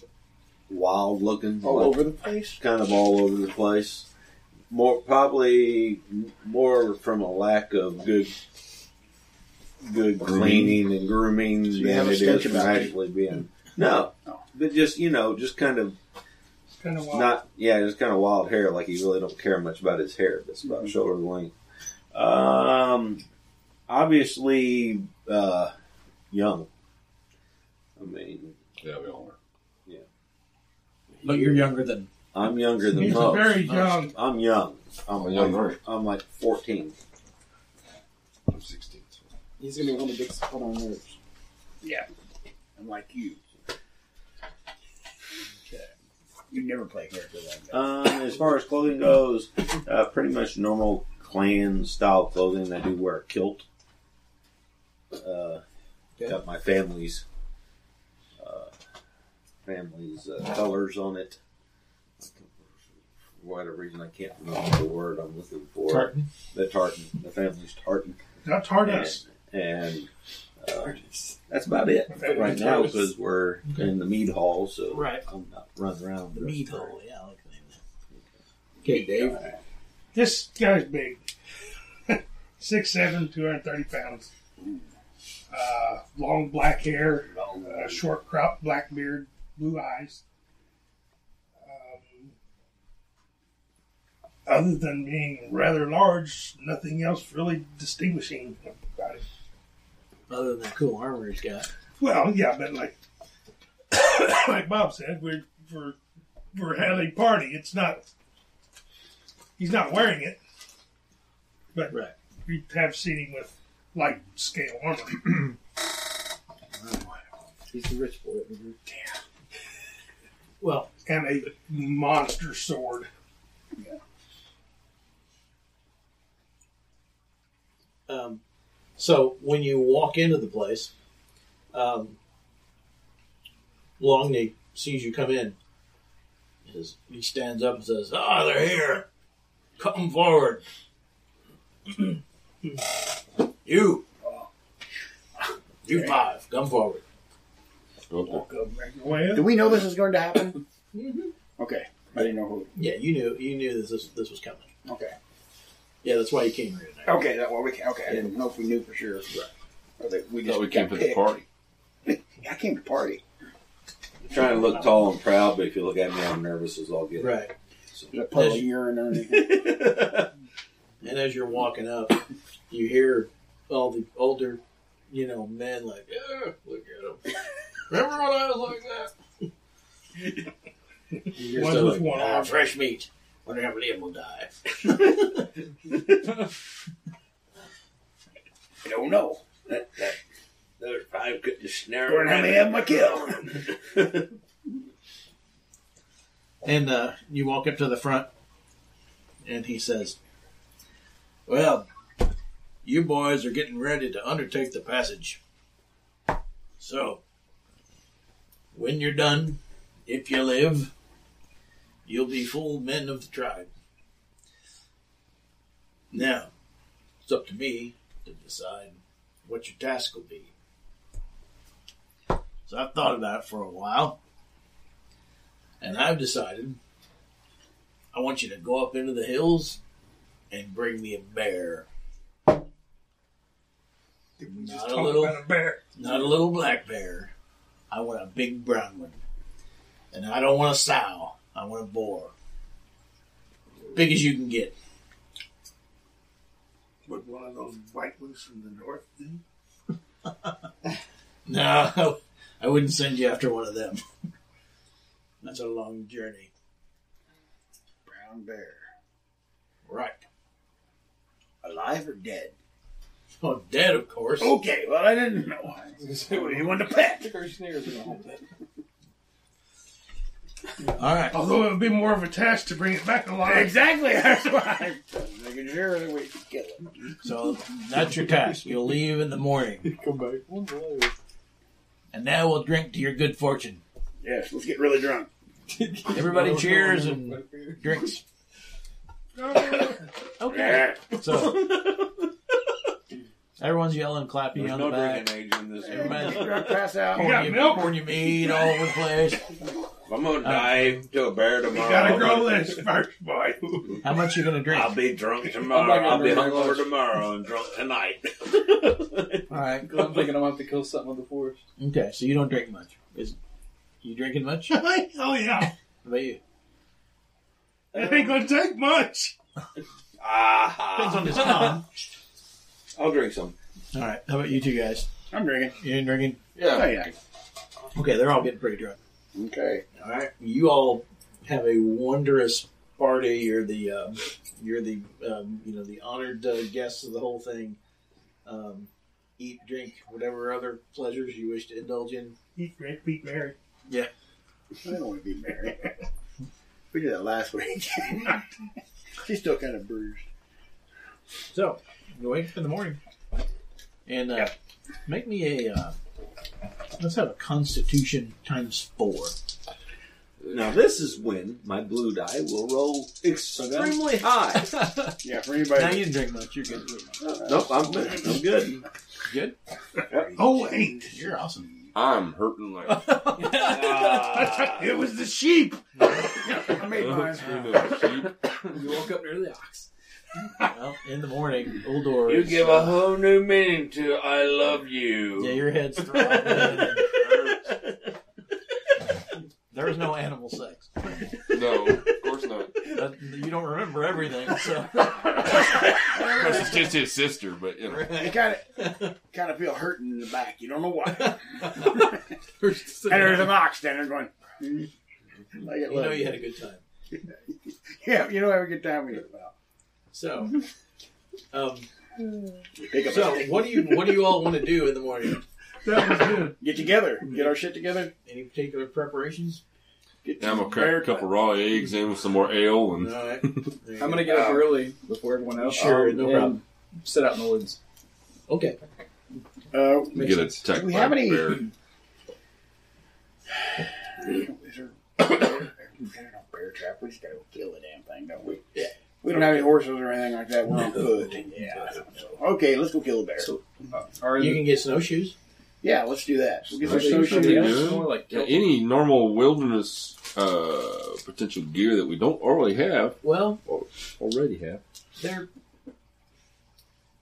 Speaker 6: wild looking,
Speaker 3: All
Speaker 6: like-
Speaker 3: over the place.
Speaker 6: kind of all over the place. More probably more from a lack of good good cleaning and grooming
Speaker 3: you have
Speaker 6: than
Speaker 3: a
Speaker 6: it
Speaker 3: stench
Speaker 6: is from
Speaker 3: about you.
Speaker 6: actually being. No, but just you know, just kind of
Speaker 5: Kind of wild.
Speaker 6: not yeah, just kind of wild hair. Like you really don't care much about his hair. It's about
Speaker 5: Mm-hmm.
Speaker 6: shoulder length. Um, obviously, uh, young. I mean,
Speaker 4: Yeah, we all are.
Speaker 2: But you're younger than
Speaker 6: I'm younger than
Speaker 5: He's
Speaker 6: most.
Speaker 5: very young.
Speaker 6: I'm young. I'm
Speaker 4: Oh, young,
Speaker 6: like-
Speaker 4: right.
Speaker 6: I'm like 14.
Speaker 4: I'm 16. so-
Speaker 7: He's gonna be on the Dick's put on nerves.
Speaker 3: I'm like you. Okay. You never play a character like that.
Speaker 6: Um, as far as clothing goes, uh, pretty much normal clan style clothing. I do wear a kilt. Uh,
Speaker 2: Okay.
Speaker 6: Got my family's uh, family's uh, colors on it. For whatever reason, I can't remember the word I'm looking for.
Speaker 2: Tartan.
Speaker 6: The tartan. The family's tartan.
Speaker 5: Not TARDIS.
Speaker 6: And uh, that's about it right now because we're in the mead hall, so
Speaker 2: Right.
Speaker 6: I'm not running around.
Speaker 2: the meat hole. Yeah, I like the name of that. Okay, Dave.
Speaker 5: This guy's big. (laughs) Six seven, two hundred thirty pounds. Uh, long black hair, uh, short crop, black beard, blue eyes. other than being rather large, nothing else really distinguishing about it.
Speaker 2: Other than that cool armor he's got.
Speaker 5: Well, yeah, but like (coughs) like Bob said, we're we're we're at a party. It's not he's not wearing it, but
Speaker 2: Right.
Speaker 5: we have seen him with light scale (clears throat) armor.
Speaker 7: He's the rich boy of the group.
Speaker 2: Well,
Speaker 5: and a monster sword.
Speaker 2: um, so when you walk into the place, um, Longney sees you come in. He says- He stands up and says, "Ah, they're here. Come forward. (clears throat) you, you five, come forward."
Speaker 4: Go up there.
Speaker 5: Go back your way up.
Speaker 3: Do we know this is going to (laughs) happen? Mm-hmm. Okay. I didn't know who.
Speaker 2: Yeah, you knew you knew this this, this was coming.
Speaker 3: Okay.
Speaker 2: Yeah, that's why you came here tonight.
Speaker 3: Okay, that well we can okay, I didn't know if we knew for sure. Or that we
Speaker 4: I
Speaker 3: just
Speaker 4: thought we
Speaker 3: got
Speaker 4: came for the
Speaker 3: picked.
Speaker 4: party.
Speaker 3: I came to party.
Speaker 6: Trying to look tall and proud, but if you look at me, I'm nervous as all get.
Speaker 2: Right.
Speaker 3: Did I puddle of urine or anything?
Speaker 2: (laughs) And as you're walking up, you hear all the older, you know, men like, yeah, look
Speaker 5: (laughs)
Speaker 2: at him. Remember when I was like that?
Speaker 5: (laughs)
Speaker 2: And you're
Speaker 5: One
Speaker 2: still
Speaker 5: with
Speaker 2: like,
Speaker 5: one
Speaker 2: "Ah,
Speaker 5: arm."
Speaker 2: fresh meat. Wonder how many of them will
Speaker 5: (laughs)
Speaker 2: die. (laughs)
Speaker 3: I don't know. That, that,
Speaker 6: Another five could just snare.
Speaker 3: Or how many of them I killed.
Speaker 2: And uh, you walk up to the front, and he says, Well, you boys are getting ready to undertake the passage. So, when you're done, if you live, you'll be full men of the tribe. Now, it's up to me to decide what your task will be. So, I've thought about it for a while. And I've decided I want you to go up into the hills and bring me a bear.
Speaker 5: Did we just
Speaker 2: Not a
Speaker 5: talk
Speaker 2: little.
Speaker 5: about a bear?
Speaker 2: Not a little black bear. I want a big brown one. And I don't want a sow. I want a boar. Big as you can get. (laughs)
Speaker 5: Would one of those white ones from the north do?
Speaker 2: No, I wouldn't send you after one of them. (laughs) That's a long journey.
Speaker 3: Brown bear.
Speaker 2: Right.
Speaker 3: (laughs)
Speaker 2: (laughs)
Speaker 3: Alive or dead?
Speaker 2: Oh, dead, of course.
Speaker 3: Okay, well I didn't know. Who do you want to pet?
Speaker 7: Hickory snares in the whole bit.
Speaker 2: All right.
Speaker 5: Although it would be more of a task to bring it back alive.
Speaker 3: Exactly, that's why. I'm Making sure that we can kill him.
Speaker 2: So that's your task. You'll leave in the morning.
Speaker 7: Come back. One blow.
Speaker 2: And now we'll drink to your good fortune.
Speaker 3: Yes, let's get really drunk.
Speaker 7: (laughs)
Speaker 2: Everybody cheers and drinks. Okay.
Speaker 3: Yeah.
Speaker 2: So everyone's yelling, clapping you
Speaker 6: There's
Speaker 2: on
Speaker 6: no
Speaker 2: the back.
Speaker 6: drinking age in this.
Speaker 2: Everybody-
Speaker 6: (laughs) room.
Speaker 3: Drunk, pass out.
Speaker 5: Oh, You got
Speaker 2: Pouring you,
Speaker 5: milk?
Speaker 2: pouring you meat all over the place.
Speaker 6: I'm gonna die to a bear tomorrow.
Speaker 5: Gotta grow this first, boy.
Speaker 2: How much you gonna drink?
Speaker 6: I'll be drunk tomorrow.
Speaker 7: I'm not gonna
Speaker 6: I'll be
Speaker 7: drink
Speaker 6: hungover
Speaker 7: much.
Speaker 6: tomorrow and drunk tonight.
Speaker 2: All right.
Speaker 7: I'm thinking I'm going to have to kill something with the forest.
Speaker 2: Okay. So you don't drink much. Is you drinking much? How
Speaker 5: oh yeah,
Speaker 2: about you?
Speaker 5: it ain't gonna take much.
Speaker 2: Depends
Speaker 6: Ah,
Speaker 2: on his time.
Speaker 6: I'll drink some.
Speaker 2: All right. How about you two guys?
Speaker 3: I'm drinking.
Speaker 2: You ain't drinking?
Speaker 3: Oh,
Speaker 4: Yeah.
Speaker 3: yeah.
Speaker 2: Okay. They're all getting pretty drunk.
Speaker 3: Okay.
Speaker 2: All right, you all have a wondrous party. You're the um, you're the um, you know the honored uh, guests of the whole thing. Um, eat, drink, whatever other pleasures you wish to indulge in.
Speaker 5: Eat Rick, beat Mary.
Speaker 3: I don't want to be married. (laughs) we did that last week. She's still kind of bruised.
Speaker 2: So you wake up in the morning and uh, make me a uh, let's have a Constitution times four.
Speaker 6: Now this is when my blue die will roll extremely high.
Speaker 3: Yeah, for
Speaker 2: Now
Speaker 3: anybody.
Speaker 2: you didn't drink much. You're good.
Speaker 6: nope, I'm, I'm (laughs) good.
Speaker 2: Good.
Speaker 5: Oh eight.
Speaker 2: You're awesome. (laughs)
Speaker 4: I'm hurting (laughs) like.
Speaker 6: Ah.
Speaker 5: it was the sheep.
Speaker 3: I made mine.
Speaker 7: You walk up near the ox.
Speaker 2: Well, in the morning, Uldor.
Speaker 6: You
Speaker 2: is,
Speaker 6: give
Speaker 2: uh,
Speaker 6: a whole new meaning to "I love you."
Speaker 2: Yeah, your (laughs) head's throbbing. there was no animal sex.
Speaker 4: no, of course not.
Speaker 2: That- you don't remember everything. (laughs) So
Speaker 4: Of course, it's just his sister, but you know.
Speaker 3: I kind of kind of feel hurting in the back. You don't know
Speaker 2: (laughs)
Speaker 3: why. and there's an
Speaker 2: you
Speaker 3: ox down there going. "Mm." Like it
Speaker 2: know
Speaker 3: looked.
Speaker 2: you had a good time.
Speaker 3: (laughs) yeah, you know, have a good time with it. Well,
Speaker 2: So, um,
Speaker 3: pick up a
Speaker 2: so
Speaker 3: stick.
Speaker 2: what do you what do you all want to do in the morning?
Speaker 5: That was good.
Speaker 3: Get together. Get our shit together.
Speaker 2: (laughs) Any particular preparations?
Speaker 3: Get
Speaker 4: Yeah, I'm gonna
Speaker 3: some
Speaker 4: crack a couple
Speaker 3: haircut.
Speaker 4: raw eggs in with some more ale
Speaker 2: All
Speaker 4: and
Speaker 2: right.
Speaker 7: (laughs) I'm gonna get up
Speaker 3: Um,
Speaker 7: early before everyone else.
Speaker 2: Sure,
Speaker 7: um,
Speaker 2: no
Speaker 7: and
Speaker 2: problem.
Speaker 7: Sit out in the woods.
Speaker 2: Okay.
Speaker 3: Uh, (coughs)
Speaker 2: Makes
Speaker 4: get attacked
Speaker 3: Do we
Speaker 4: by
Speaker 3: have
Speaker 4: a
Speaker 3: any-
Speaker 4: bear.
Speaker 3: is there, (coughs) we got no bear trap. We just gotta go kill the damn thing, don't we?
Speaker 2: Yeah.
Speaker 3: We don't have any horses or anything like that. We're on foot. Yeah. Okay, let's go kill the bear.
Speaker 7: So- Are
Speaker 2: You
Speaker 7: the-
Speaker 2: can get snowshoes.
Speaker 3: yeah, let's do that. We'll get
Speaker 7: are
Speaker 3: some
Speaker 7: they usually
Speaker 4: Yeah.
Speaker 3: snowshoes.
Speaker 7: out? Or, like,
Speaker 4: Yeah, any normal wilderness uh, potential gear that we don't already have
Speaker 2: Well,
Speaker 4: already have.
Speaker 2: they're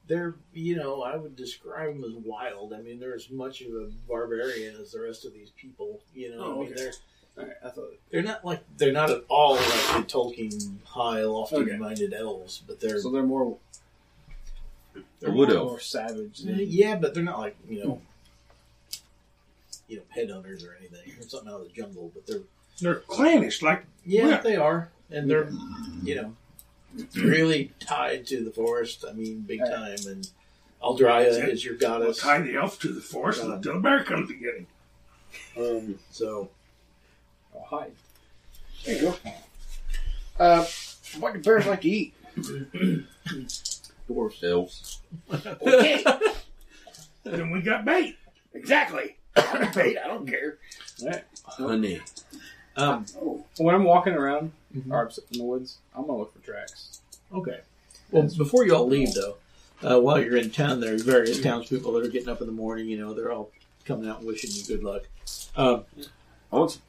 Speaker 2: they're you know I would describe them as wild. I mean, they're as much of a barbarian as the rest of these people. You know,
Speaker 7: Oh,
Speaker 2: I mean,
Speaker 7: okay.
Speaker 2: they're
Speaker 7: Alright, I thought
Speaker 2: they're not like they're not at all like the Tolkien high
Speaker 7: Okay.
Speaker 2: lofty minded elves, but they're
Speaker 7: so. They're more
Speaker 4: They're wood
Speaker 7: more-
Speaker 4: elf.
Speaker 7: more savage.
Speaker 2: Uh,
Speaker 7: Than,
Speaker 2: yeah, but they're not like you know you know headhunters or anything or something out of the jungle. But they're
Speaker 5: They're clannish, like
Speaker 2: yeah,
Speaker 5: Yeah.
Speaker 2: they are, and they're you know really tied to the forest. I mean, big
Speaker 7: Right.
Speaker 2: time and. Aldria
Speaker 5: Is it-
Speaker 2: is your goddess.
Speaker 5: tie the elf to the forest until a bear comes to get him.
Speaker 3: Um,
Speaker 2: So
Speaker 7: oh, hi.
Speaker 3: there you go. Uh, what do bears like to eat?
Speaker 7: Dwarfs.
Speaker 4: Elves.
Speaker 3: Okay,
Speaker 5: Then we got bait.
Speaker 3: exactly. (coughs) I'm paid. I don't care.
Speaker 4: Honey.
Speaker 2: um,
Speaker 3: Oh,
Speaker 7: When I'm walking around
Speaker 2: Mhm.
Speaker 7: or I'm sitting in the woods, I'm gonna look for tracks.
Speaker 2: Okay. Well, before you all leave, though, uh, while you're in town, there are various townspeople that are getting up in the morning. You know, they're all coming out and wishing you good luck. Uh,
Speaker 4: I want some,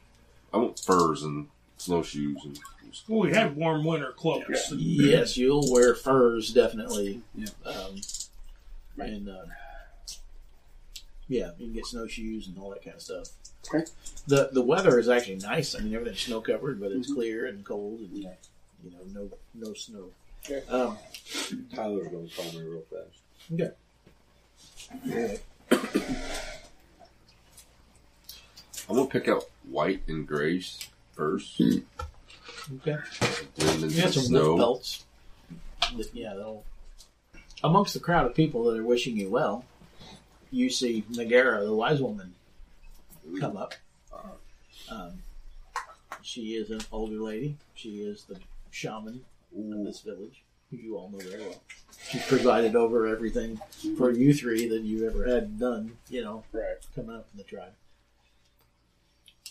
Speaker 4: I want furs and snowshoes and
Speaker 5: Well, we had warm winter cloaks.
Speaker 2: yes, you'll wear furs definitely.
Speaker 7: Yeah.
Speaker 2: Um,
Speaker 3: Right.
Speaker 2: And uh, yeah, you can get snowshoes and all that kind of stuff.
Speaker 3: Okay.
Speaker 2: The the weather is actually nice. I mean, everything's snow covered, but
Speaker 3: Mm-hmm.
Speaker 2: it's clear and cold, and you know, no no snow.
Speaker 3: Okay.
Speaker 2: Um,
Speaker 6: Tyler's going to call me real fast.
Speaker 4: I'm gonna pick out white and gray furs.
Speaker 2: okay.
Speaker 4: Blend in
Speaker 2: You got
Speaker 4: some
Speaker 2: some wolf
Speaker 4: snow.
Speaker 2: belts. That- Yeah, they'll. Amongst the crowd of people that are wishing you well, you see Megara, the wise woman, come up. Um, she is an older lady. She is the shaman of this village, who you all know very well. She presided over everything for you three that you've ever had done, you know,
Speaker 3: right.
Speaker 2: coming up in the tribe.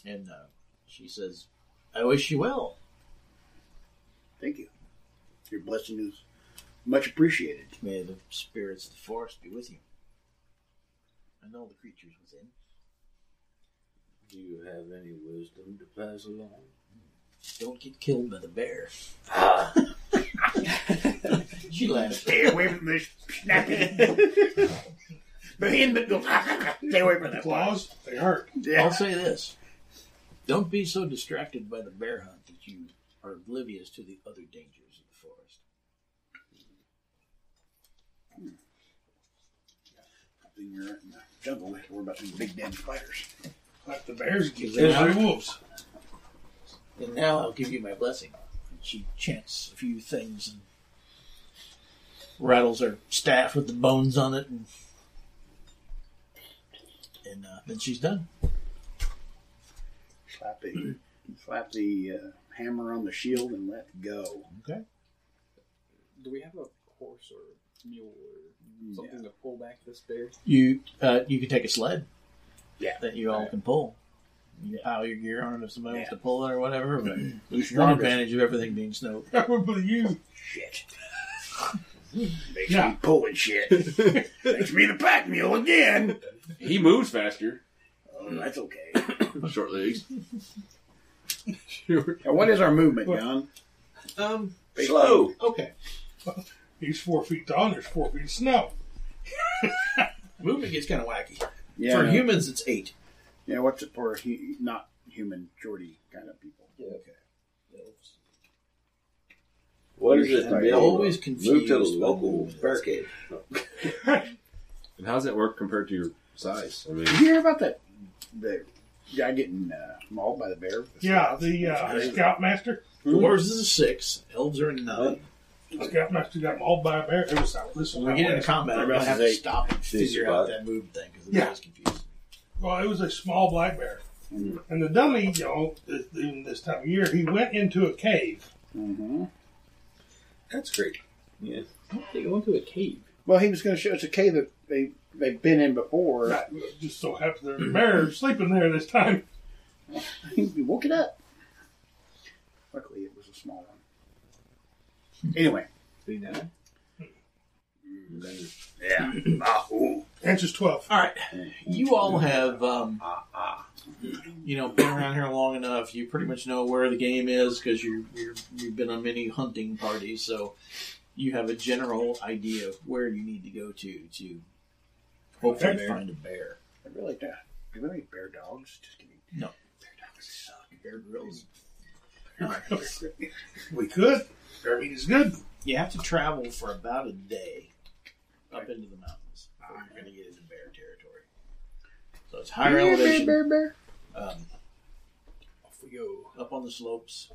Speaker 2: And uh, she says, I wish you well.
Speaker 3: Thank you. Your blessing is much appreciated.
Speaker 2: May the spirits of the forest be with you. And all the creatures within.
Speaker 6: Do you have any wisdom to pass along?
Speaker 2: Don't get killed by the
Speaker 6: (laughs)
Speaker 2: bear. she laughs.
Speaker 3: Stay away from this
Speaker 5: (laughs)
Speaker 3: snapping. Man, but go- Stay away from that one.
Speaker 5: Claws, they hurt.
Speaker 2: I'll
Speaker 3: Yeah.
Speaker 2: say this. Don't be so distracted by the bear hunt that you are oblivious to the other dangers of the forest.
Speaker 3: Then You're in the jungle. We have to worry about these big damn spiders.
Speaker 5: Like the bears get
Speaker 2: Is
Speaker 5: killed
Speaker 2: it-
Speaker 5: by wolves. (laughs)
Speaker 2: And now I'll give you my blessing. And she chants a few things and rattles her staff with the bones on it, and and uh, then she's done.
Speaker 3: Slap the, slap the uh, hammer on the shield and let go.
Speaker 2: Okay.
Speaker 7: Do we have a horse or mule or something to pull back this bear?
Speaker 2: You uh, you can take a sled.
Speaker 3: Yeah.
Speaker 2: That you all can pull. You pile your gear on it if somebody wants
Speaker 3: Yeah.
Speaker 2: to pull it or whatever. But (clears throat)
Speaker 3: Who's
Speaker 2: one
Speaker 3: strongest?
Speaker 2: advantage of everything being snow.
Speaker 5: I would put you.
Speaker 3: Shit. Makes
Speaker 5: Yeah.
Speaker 3: me pulling shit. Makes me the pack mule again.
Speaker 4: He moves faster.
Speaker 3: Oh, that's
Speaker 4: (coughs)
Speaker 3: okay.
Speaker 4: Short legs.
Speaker 3: Now, what is our movement, John?
Speaker 2: Um.
Speaker 3: Slow.
Speaker 2: Okay.
Speaker 5: He's four feet tall and there's four feet of snow.
Speaker 2: Movement gets kind of wacky.
Speaker 3: Yeah.
Speaker 2: For humans, it's eight.
Speaker 3: Yeah, what's it for? Hu- not human, Jordy kind of people.
Speaker 2: Yeah.
Speaker 6: What is
Speaker 3: You're
Speaker 6: it to
Speaker 3: just
Speaker 6: be able
Speaker 2: always
Speaker 6: to move
Speaker 2: confused
Speaker 6: to the
Speaker 2: when
Speaker 6: local
Speaker 2: moving.
Speaker 6: barricade? (laughs)
Speaker 8: And how's that work compared to your size? I mean,
Speaker 3: Did you hear about that? The guy getting uh, mauled by the bear?
Speaker 5: Yeah, the uh, scoutmaster.
Speaker 2: Dwarves is a six. Elves are a nine.
Speaker 5: Scoutmaster got mauled by a bear. It was out. Listen, uh,
Speaker 2: When we get into combat, I'm gonna have to stop and
Speaker 6: Six,
Speaker 2: figure out
Speaker 6: five.
Speaker 2: that move thing because
Speaker 5: Yeah.
Speaker 2: yeah. it's confused.
Speaker 5: Well, it was a small black bear. And the dummy, you know, th- even this time of year, he went into a cave.
Speaker 3: Mm-hmm.
Speaker 6: That's great.
Speaker 7: Why would they go into a cave?
Speaker 3: Well, he was going to show us a cave that they they've been in before. (laughs)
Speaker 5: Not- Just so happens there was a bear sleeping there this time.
Speaker 3: we woke it up. Luckily, it was a small one. (laughs) Anyway,
Speaker 7: Did he die?
Speaker 3: yeah. Ah, ooh.
Speaker 5: Answer's 12.
Speaker 2: All right, you all have, um,
Speaker 3: Uh,
Speaker 2: you know, been around here long enough. You pretty much know where the game is because you you're, you've been on many hunting parties, so you have a general idea of where you need to go to to hopefully
Speaker 5: Okay.
Speaker 2: find a bear.
Speaker 3: I really like that. Do we have any bear dogs? Just kidding.
Speaker 2: No.
Speaker 3: Bear dogs suck.
Speaker 2: Bear grills. (laughs)
Speaker 5: We could. Bear meat is good.
Speaker 2: You have to travel for about a day up into the mountains before you're going to get into bear territory. So it's higher elevation.
Speaker 3: Bear, bear, bear.
Speaker 2: Um,
Speaker 7: Off we go.
Speaker 2: up on the slopes.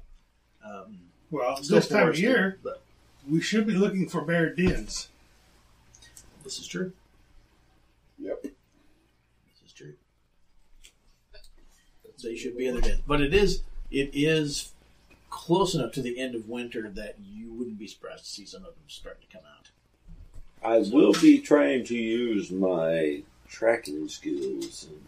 Speaker 2: Um,
Speaker 5: Well,
Speaker 2: still
Speaker 5: this time of
Speaker 2: forested,
Speaker 5: year,
Speaker 2: but
Speaker 5: we should be looking for bear dens.
Speaker 2: this is true.
Speaker 3: Yep.
Speaker 2: This is true. They should be in the den, but it is it is close enough to the end of winter that you wouldn't be surprised to see some of them starting to come out.
Speaker 6: I will be trying to use my tracking skills. And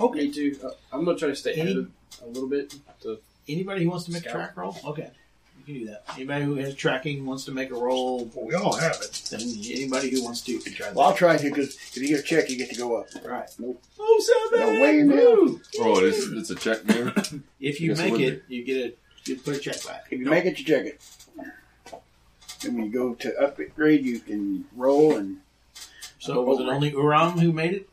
Speaker 2: Okay.
Speaker 7: Me too. Uh, I'm going to try to stay ahead
Speaker 2: Any-
Speaker 7: of a little bit. To,
Speaker 2: Anybody who wants to make
Speaker 7: Scout.
Speaker 2: a track roll, okay, you can do that. Anybody who has tracking wants to make a roll.
Speaker 5: Well, we all have it.
Speaker 2: Then anybody who wants to can try that.
Speaker 3: Well, I'll try to because if you get a check, you get to go up.
Speaker 2: Right.
Speaker 3: Nope.
Speaker 2: Oh,
Speaker 3: No, wait a minute.
Speaker 4: Oh, it is, it's a check game.
Speaker 2: If you
Speaker 4: Yes, it
Speaker 2: make
Speaker 4: would
Speaker 2: it, you get a you put a check back.
Speaker 3: If you make it, you check it. And when you go to upgrade, you can roll and
Speaker 2: So was it only Uram who made it?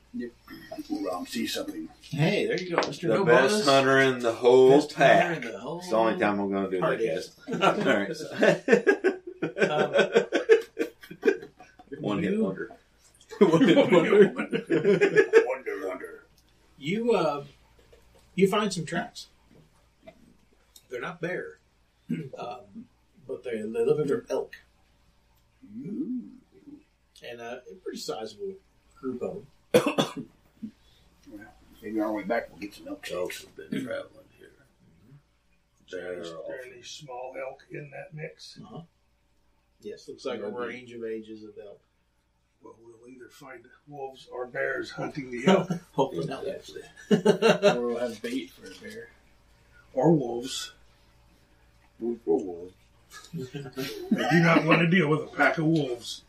Speaker 3: ooh, I'll see something.
Speaker 2: Hey, there you go, Mister
Speaker 6: the
Speaker 2: No
Speaker 6: best
Speaker 2: Bonus.
Speaker 6: hunter in the whole
Speaker 2: Best hunter
Speaker 6: pack.
Speaker 2: in the whole
Speaker 6: it's the only time I'm going to do
Speaker 2: party. (laughs)
Speaker 6: that, guys. All right.
Speaker 2: Um,
Speaker 6: (laughs) Um, One hit
Speaker 2: you- (laughs)
Speaker 6: wonder. One hit (laughs) wonder.
Speaker 3: Wonder, wonder.
Speaker 2: You uh, you find some tracks. They're not bear, (clears throat) um, but they they live under elk, and uh, a pretty sizable group of them.
Speaker 3: Maybe on our way back, we'll get some milkshakes.
Speaker 8: Charles has been
Speaker 6: Hmm.
Speaker 8: traveling here. They're
Speaker 5: There's
Speaker 8: all-
Speaker 5: fairly small elk in that mix.
Speaker 2: Yes, looks like a range of ages of elk.
Speaker 5: Well, we'll either find wolves or bears hunting the (laughs) elk.
Speaker 2: Hopefully not wolves.
Speaker 7: or we'll have bait for a bear.
Speaker 5: or wolves.
Speaker 3: Whoa, whoa, whoa.
Speaker 5: I do not want to deal with a pack of wolves.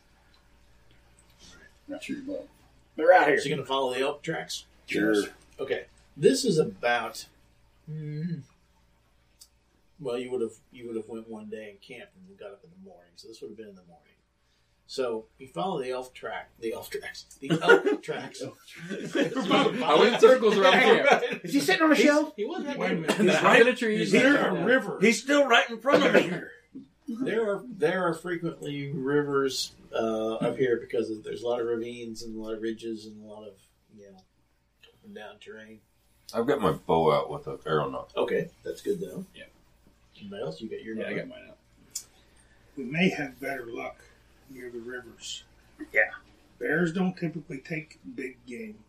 Speaker 3: Not sure, but they're out here.
Speaker 2: (laughs) So you're gonna follow the elk tracks.
Speaker 3: Sure.
Speaker 2: Okay, this is about. mm, well, you would have you would have went one day and camped and got up in the morning, so this would have been in the morning. So you follow the elf track, the elf tracks, the
Speaker 5: (laughs)
Speaker 2: elk tracks. (laughs)
Speaker 8: I went in circles around here.
Speaker 3: Is he sitting on a shelf?
Speaker 2: He was right
Speaker 5: Wait a
Speaker 2: there.
Speaker 5: minute.
Speaker 8: He's right in the
Speaker 5: Is
Speaker 8: trees.
Speaker 5: there a river?
Speaker 8: He's still right in front of me.
Speaker 2: There are there are frequently rivers uh, up here because of, there's a lot of ravines and a lot of ridges and a lot of you know up and down terrain.
Speaker 4: (coughs) I've got my bow out with an arrow knot.
Speaker 2: Okay, that's good though.
Speaker 7: Yeah.
Speaker 2: Anybody else? You got your
Speaker 7: Yeah, I
Speaker 2: number?
Speaker 7: got mine out.
Speaker 5: We may have better luck near the rivers.
Speaker 3: Yeah.
Speaker 5: Bears don't typically take big game.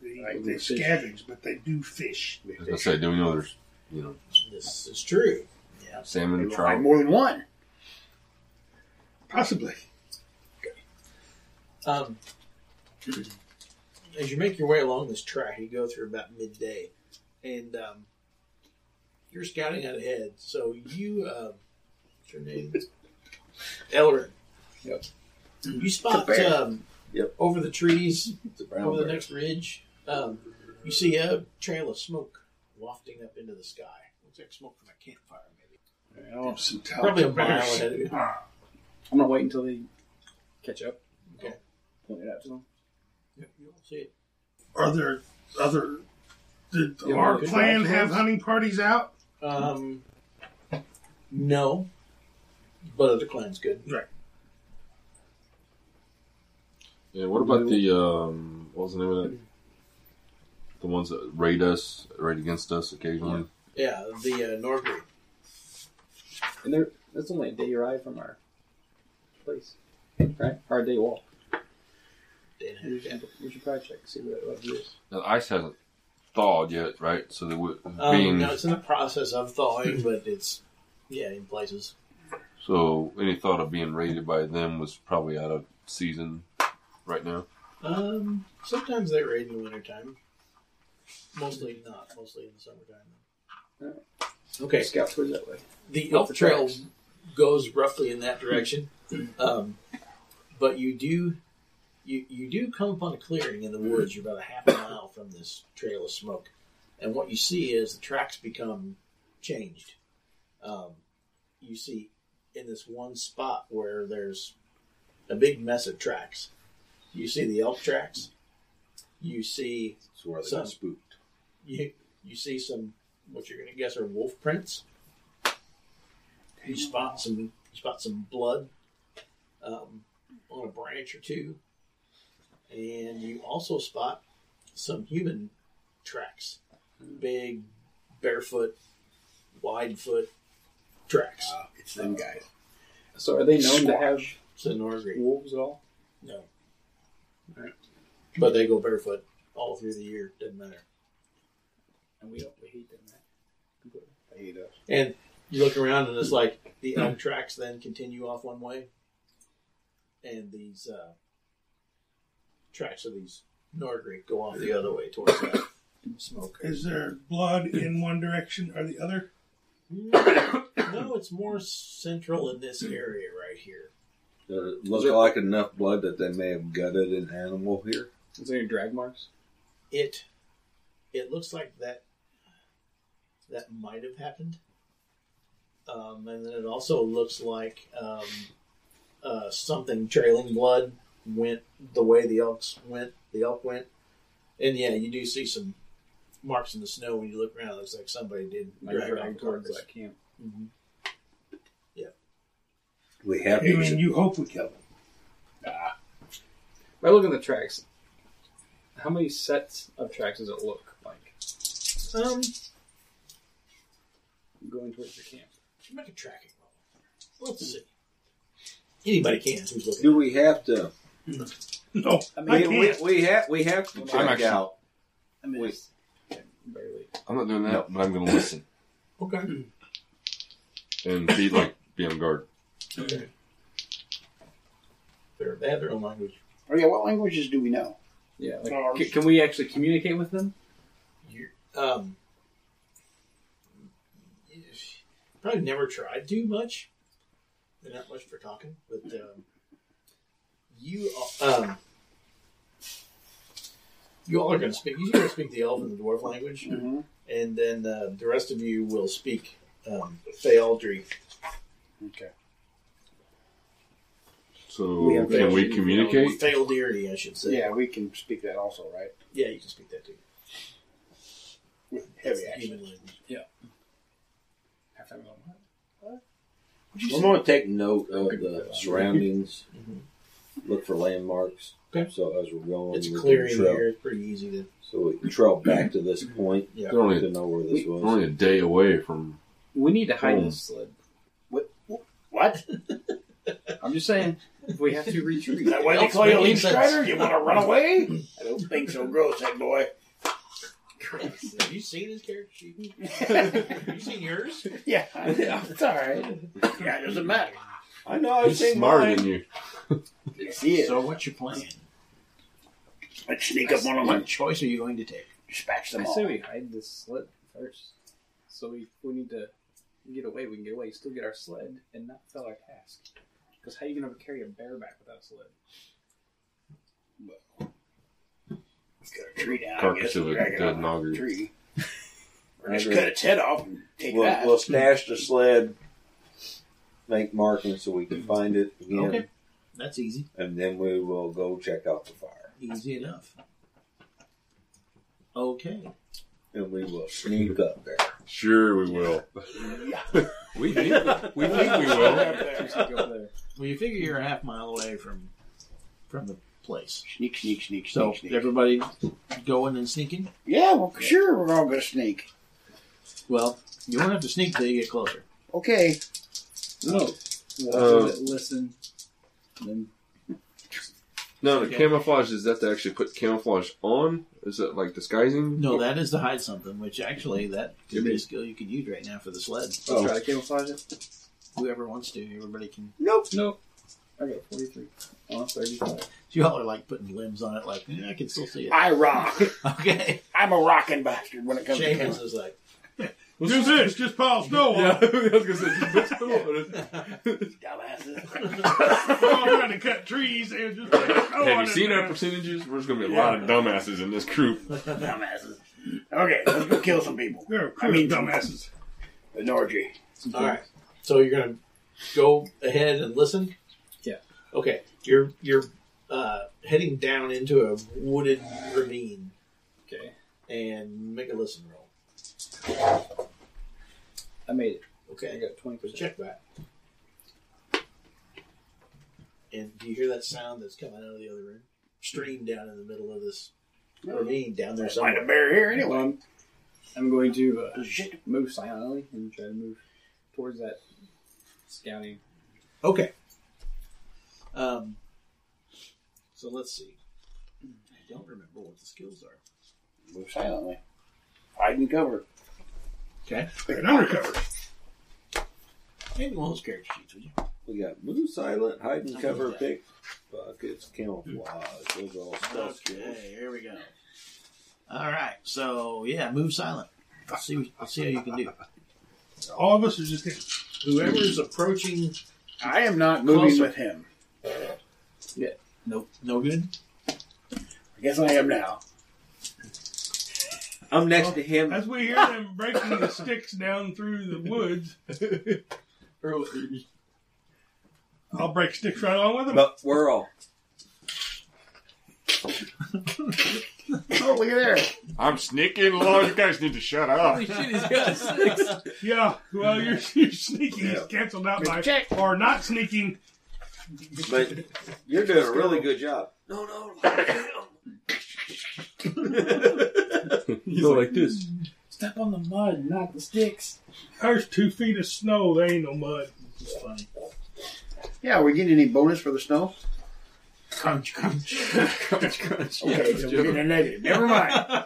Speaker 5: They,
Speaker 3: Like
Speaker 5: they
Speaker 3: the fish.
Speaker 5: scavenge, but they do fish.
Speaker 4: I was gonna say, do we know there's you know
Speaker 2: This is true. Yeah.
Speaker 4: salmon
Speaker 3: They find
Speaker 4: trout?
Speaker 3: more than one.
Speaker 5: Possibly.
Speaker 2: Um, (clears throat) as you make your way along this track, you go through about midday, and um, you're scouting out ahead. So you, um, what's your name? Elrin.
Speaker 7: Yep.
Speaker 2: You spot
Speaker 3: It's a bear.
Speaker 2: um,
Speaker 6: Yep.
Speaker 2: over the trees,
Speaker 6: It's a
Speaker 2: over
Speaker 6: brown
Speaker 2: the
Speaker 6: bear.
Speaker 2: next ridge. Um, you see a trail of smoke wafting up into the sky. Looks like smoke from a campfire, maybe.
Speaker 5: Well, some
Speaker 2: Probably a
Speaker 5: talented
Speaker 2: mile
Speaker 5: bears.
Speaker 2: ahead of you.
Speaker 7: I'm going to wait until they catch up.
Speaker 2: Okay.
Speaker 7: Point it out to them.
Speaker 2: You don't see it.
Speaker 5: Are there other? Did
Speaker 7: Yeah,
Speaker 5: our
Speaker 7: good
Speaker 5: clan
Speaker 7: guys.
Speaker 5: have hunting parties out?
Speaker 2: Um, no. But a decline's good.
Speaker 4: Yeah, what about the um what was the name of that? The ones that raid us, raid against us occasionally.
Speaker 2: Yeah, the uh, Norgrid.
Speaker 7: And there, that's only a day ride from our place, right? Or a day walk. We should, we should probably check see what what it is.
Speaker 4: Now, the ice hasn't thawed yet, right? So they would
Speaker 2: Um,
Speaker 6: Oh,
Speaker 4: being
Speaker 2: no, it's in the process of thawing, but it's yeah, in places.
Speaker 4: so any thought of being raided by them was probably out of season right now.
Speaker 2: Um, sometimes they raid in the wintertime. Mostly not. Mostly in the summertime. though. Okay,
Speaker 7: Scout towards that way.
Speaker 2: the
Speaker 7: Look
Speaker 2: elf
Speaker 7: for
Speaker 2: trail
Speaker 7: tracks.
Speaker 2: goes roughly in that direction, um, but you do you you do come upon a clearing in the woods. You're about a half a mile from this trail of smoke, and what you see is the tracks become changed. Um, you see in this one spot where there's a big mess of tracks. You see the elk tracks. You see
Speaker 6: That's where they
Speaker 2: Some.
Speaker 6: got spooked.
Speaker 2: you you see some what you're gonna guess are wolf prints. You spot some you spot some blood um, on a branch or two, and you also spot some human tracks, big barefoot, wide foot tracks.
Speaker 3: Uh, it's them guys.
Speaker 7: So are they known to have
Speaker 2: It's an ornery.
Speaker 7: wolves at all?
Speaker 2: No, but they go barefoot all through the year. Doesn't matter.
Speaker 7: And we don't we hate them, right? Completely.
Speaker 3: I hate us.
Speaker 2: And you look around and it's like the elk tracks then continue off one way. And these uh, tracks of these Norgreek go off the other way towards that smoke.
Speaker 5: Is there blood in one direction or the other?
Speaker 2: (coughs) No, it's more central in this area right here.
Speaker 6: Does it uh, look like enough blood that they may have gutted an animal here?
Speaker 7: Is there any drag marks?
Speaker 2: It it looks like that that might have happened. Um, and then it also looks like um, uh, something trailing blood went the way the elks went. The elk went, and yeah, you do see some marks in the snow when you look around. It looks like somebody did
Speaker 7: Like
Speaker 2: drag off
Speaker 7: drag towards that camp.
Speaker 2: hmm
Speaker 6: We have
Speaker 5: I mean,
Speaker 6: to.
Speaker 5: you hope we kill them.
Speaker 7: By looking at the tracks, how many sets of tracks does it look like
Speaker 2: Um,
Speaker 7: going towards the camp?
Speaker 2: make a tracking roll. Let's see. Anybody can who's looking.
Speaker 6: Do we have to?
Speaker 5: (laughs) No, I,
Speaker 6: I mean, we,
Speaker 5: can't.
Speaker 6: we have we have to
Speaker 7: I'm
Speaker 6: check
Speaker 4: actually-
Speaker 6: out.
Speaker 3: I mean,
Speaker 6: Wait.
Speaker 7: Barely.
Speaker 4: I'm not doing that, but I'm gonna listen
Speaker 2: Okay.
Speaker 4: and be like be on guard.
Speaker 2: Okay. They're, they have their own language.
Speaker 3: oh yeah, what languages do we know?
Speaker 7: Yeah. Like,
Speaker 5: Ours.
Speaker 7: ca- can we actually communicate with them?
Speaker 2: you um, you probably never tried too much. They're not much for talking, but um, you all- um, you all are going to speak. You're going to speak the elf and the dwarf language,
Speaker 7: Mm-hmm.
Speaker 3: Mhm.
Speaker 2: and then uh, the rest of you will speak um, Fealdry.
Speaker 3: Okay.
Speaker 4: So
Speaker 3: We have
Speaker 4: can we
Speaker 3: to-
Speaker 4: communicate?
Speaker 2: Fealdiri, I should say.
Speaker 3: yeah, we can speak that also, right?
Speaker 2: yeah, you can speak that too.
Speaker 3: With
Speaker 2: That's
Speaker 3: heavy
Speaker 2: the
Speaker 3: accent.
Speaker 2: human language.
Speaker 7: Half time going, "What?"
Speaker 6: I'm going to take note of the surroundings. Look for landmarks.
Speaker 2: Okay.
Speaker 6: So as we're going,
Speaker 2: It's
Speaker 6: we can
Speaker 2: clear in
Speaker 6: trail-
Speaker 2: here. It's pretty easy to.
Speaker 6: So we can trail back to this point
Speaker 2: Yeah.
Speaker 4: They're only,
Speaker 6: to know where this
Speaker 4: we're
Speaker 6: was.
Speaker 4: only a day away from
Speaker 7: We need to hide
Speaker 4: Hmm.
Speaker 7: this sled.
Speaker 3: What?
Speaker 2: (laughs)
Speaker 3: What?
Speaker 7: I'm just saying, if we have
Speaker 8: (laughs)
Speaker 7: to retreat.
Speaker 3: Is that why they
Speaker 2: Elks
Speaker 3: call you
Speaker 2: making
Speaker 3: Lean
Speaker 2: sense.
Speaker 3: Strider? You want to run away? (laughs) I don't think so, gross head boy.
Speaker 2: Have you seen his character sheet? Have you seen (laughs) yours?
Speaker 3: yeah, (laughs) it's all right. Yeah, it doesn't matter.
Speaker 6: I know. I've
Speaker 4: he's
Speaker 6: seen
Speaker 4: smarter
Speaker 6: mine.
Speaker 4: than you.
Speaker 3: See it.
Speaker 2: So what's your plan?
Speaker 3: Let's sneak up on them
Speaker 2: What
Speaker 3: and
Speaker 2: choice are you going to take?
Speaker 3: dispatch
Speaker 7: I
Speaker 3: them all.
Speaker 7: say we hide this sled first. So we, we need to get away. We can get away, still get our sled, and not fail our task. Because how you going to carry a bareback without a sled?
Speaker 3: Cut a tree down. I
Speaker 4: Carcass
Speaker 3: guess,
Speaker 4: of a
Speaker 3: drag it
Speaker 4: dead
Speaker 3: off the
Speaker 4: nogger.
Speaker 3: Tree. Or
Speaker 6: I
Speaker 3: just
Speaker 6: agree.
Speaker 3: cut its head off and take
Speaker 6: We'll,
Speaker 3: that.
Speaker 6: we'll stash the sled, make markings so we can find it again,
Speaker 2: Okay. That's easy.
Speaker 6: and then we will go check out the fire.
Speaker 2: Easy enough. Okay.
Speaker 6: And we will sneak up there.
Speaker 8: (laughs)
Speaker 4: Sure, we will. We think we, think we will.
Speaker 3: (laughs)
Speaker 8: (laughs)
Speaker 2: Well, you figure you're a half mile away from from the place.
Speaker 3: Sneak, sneak, sneak,
Speaker 2: So
Speaker 3: sneak, sneak.
Speaker 2: everybody going and sneaking.
Speaker 3: Yeah, well, sure, we're all gonna sneak.
Speaker 2: Well, you won't have to sneak till you get closer.
Speaker 3: Okay.
Speaker 7: No.
Speaker 8: Uh,
Speaker 7: listen. and Then
Speaker 8: No, the
Speaker 2: Okay.
Speaker 8: camouflage is that to actually put camouflage on? Is that like disguising? (laughs)
Speaker 2: No, that is to hide something, which actually that could be
Speaker 8: Maybe.
Speaker 2: a skill you could use right now for the sled.
Speaker 8: Oh.
Speaker 7: try to camouflage it.
Speaker 2: Whoever wants to, everybody can. (laughs)
Speaker 3: Nope.
Speaker 7: Nope. I got Oh, 43 on 35.
Speaker 2: You all are like putting limbs on it, like "Eh, I can still see (laughs) it.
Speaker 3: I rock.
Speaker 2: Okay,
Speaker 3: I'm a rocking bastard when it comes to
Speaker 2: Seamus
Speaker 3: camouflage.
Speaker 2: is like,
Speaker 5: Who's this? Just pile snow on.
Speaker 8: Yeah, I was gonna say just put snow
Speaker 2: (laughs)
Speaker 8: on it.
Speaker 3: (laughs) Dumbasses.
Speaker 5: We're all trying to cut trees. They was just like, oh,
Speaker 4: Have you seen our percentages? There's going to be a lot of dumbasses in this group.
Speaker 3: Dumbasses. Okay, let's go kill some people.
Speaker 5: I mean, dumbasses.
Speaker 3: An orgy.
Speaker 2: all right. So you're gonna go ahead and listen.
Speaker 7: Yeah.
Speaker 2: Okay. You're you're uh, heading down into a wooded ravine
Speaker 7: Okay.
Speaker 2: and make a listen roll.
Speaker 7: I made it. I
Speaker 2: Okay.
Speaker 7: got 20%.
Speaker 2: Check back. And do you hear that sound that's coming out of the other room? Stream down in the middle of this ravine down there
Speaker 3: Find a
Speaker 2: somewhere.
Speaker 3: bear here anyway.
Speaker 7: Well, I'm, I'm going to uh,
Speaker 3: Shit.
Speaker 7: move silently and try to move towards that scouting.
Speaker 2: Okay. Um, so let's see. I don't remember what the skills are.
Speaker 3: Move silently. Hide and cover.
Speaker 2: Okay.
Speaker 5: And undercover.
Speaker 2: Maybe one of those character sheets, would you?
Speaker 6: We got move silent, hide and cover,
Speaker 2: Okay.
Speaker 6: pick buckets, camouflage. Those are all stealth skills.
Speaker 2: Okay, here we go. All right. So, yeah, move silent. I'll see, I'll see how you can do.
Speaker 5: All of us are just getting
Speaker 2: Whoever's approaching.
Speaker 3: I am not moving
Speaker 2: Closer.
Speaker 3: with him.
Speaker 2: Nope. No good?
Speaker 3: I guess I am now.
Speaker 6: I'm next to him.
Speaker 5: As we hear them breaking the sticks down through the woods, I'll break sticks right along with them.
Speaker 6: But we're all
Speaker 3: Oh, look at there.
Speaker 4: I'm sneaking, Lord. You guys need to
Speaker 2: (laughs)
Speaker 4: shut up.
Speaker 5: Yeah, well, (laughs) your, your sneaking is canceled out by
Speaker 3: Check.
Speaker 5: or not sneaking.
Speaker 6: But you're doing a really good job. No, no.
Speaker 8: You go like (laughs) this.
Speaker 7: Step on the mud, not the sticks.
Speaker 5: There's two feet of snow. There ain't no mud.
Speaker 2: It's funny.
Speaker 3: Yeah, are we getting any bonus for the snow?
Speaker 2: Crunch, crunch.
Speaker 3: Okay, so we're getting a negative. Never mind.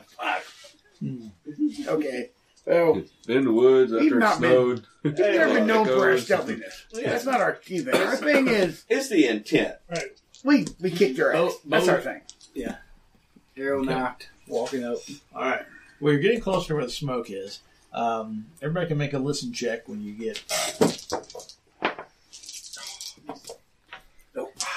Speaker 3: okay. Oh,
Speaker 8: Been in the woods
Speaker 3: He's
Speaker 8: after it
Speaker 3: not been-
Speaker 8: snowed.
Speaker 3: (laughs) we've never been known for our
Speaker 8: Echoes.
Speaker 3: stealthiness. That's not our key thing. Our thing is
Speaker 6: it's the intent.
Speaker 3: we we kicked your ass.
Speaker 2: Bo-
Speaker 3: That's
Speaker 2: bo-
Speaker 3: our thing.
Speaker 7: Arrow knocked. Walking up.
Speaker 2: All right. Well, you're getting closer to where the smoke is. Um, everybody can make a listen check when you get.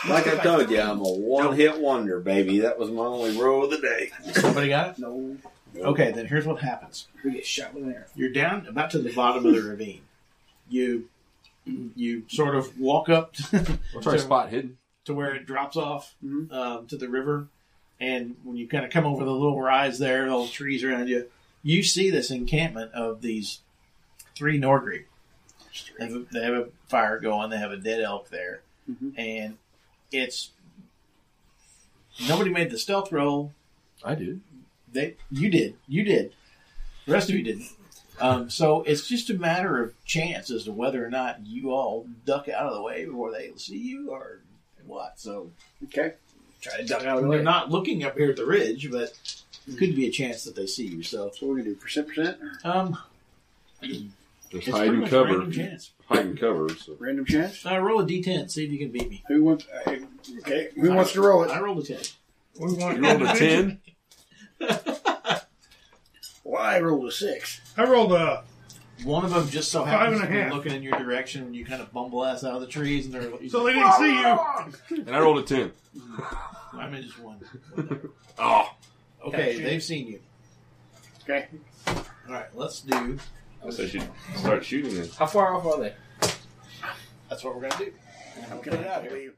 Speaker 6: Like I told you, I'm a one hit wonder, baby. That was my only roll of the day.
Speaker 2: Somebody got it?
Speaker 7: No,
Speaker 2: Okay, then here's what happens.
Speaker 7: we get shot with an arrow.
Speaker 2: You're down about to the bottom of the ravine. You you sort of walk up
Speaker 8: I'll try spot hidden.
Speaker 2: to where it drops off um, to the river. And when you kind of come over the little rise there, the little trees around you, you see this encampment of these three Nordry. They have a, they have a fire going. They have a dead elk there, and it's nobody made the stealth roll.
Speaker 8: I did.
Speaker 2: They you did, you did. The rest of you didn't. Um, so it's just a matter of chance as to whether or not you all duck out of the way before they see you or what. So
Speaker 3: Okay.
Speaker 2: try to duck out of the way. They're not looking up here at the ridge, but could be a chance that they see you. So,
Speaker 3: So we're gonna do percent percent
Speaker 2: um,
Speaker 8: Just
Speaker 2: it's
Speaker 8: hide
Speaker 2: pretty
Speaker 8: and
Speaker 2: much
Speaker 8: cover.
Speaker 2: random chance.
Speaker 8: Hide and cover. So.
Speaker 3: random chance.
Speaker 2: Uh, roll a d10, see if you can beat me.
Speaker 3: Who wants? Uh, okay, who wants to roll
Speaker 2: I
Speaker 3: it?
Speaker 2: rolled a 10.
Speaker 5: We want
Speaker 8: You rolled a
Speaker 5: individual-
Speaker 8: ten.
Speaker 3: Well, I rolled a six.
Speaker 5: I rolled a.
Speaker 2: One of them just so
Speaker 5: Five
Speaker 2: happens
Speaker 5: and a
Speaker 2: to be
Speaker 5: half.
Speaker 2: looking in your direction when you kind of bumble ass out of the trees, and they're
Speaker 5: So they didn't see you.
Speaker 8: And I rolled a ten.
Speaker 2: I mean, just one. Whatever.
Speaker 8: (laughs) Oh,
Speaker 2: Okay, they've seen you.
Speaker 3: Okay.
Speaker 2: All right, let's do.
Speaker 4: I guess I should start shooting then.
Speaker 7: How far off are they?
Speaker 2: That's what we're gonna do.
Speaker 3: I'm gonna leave.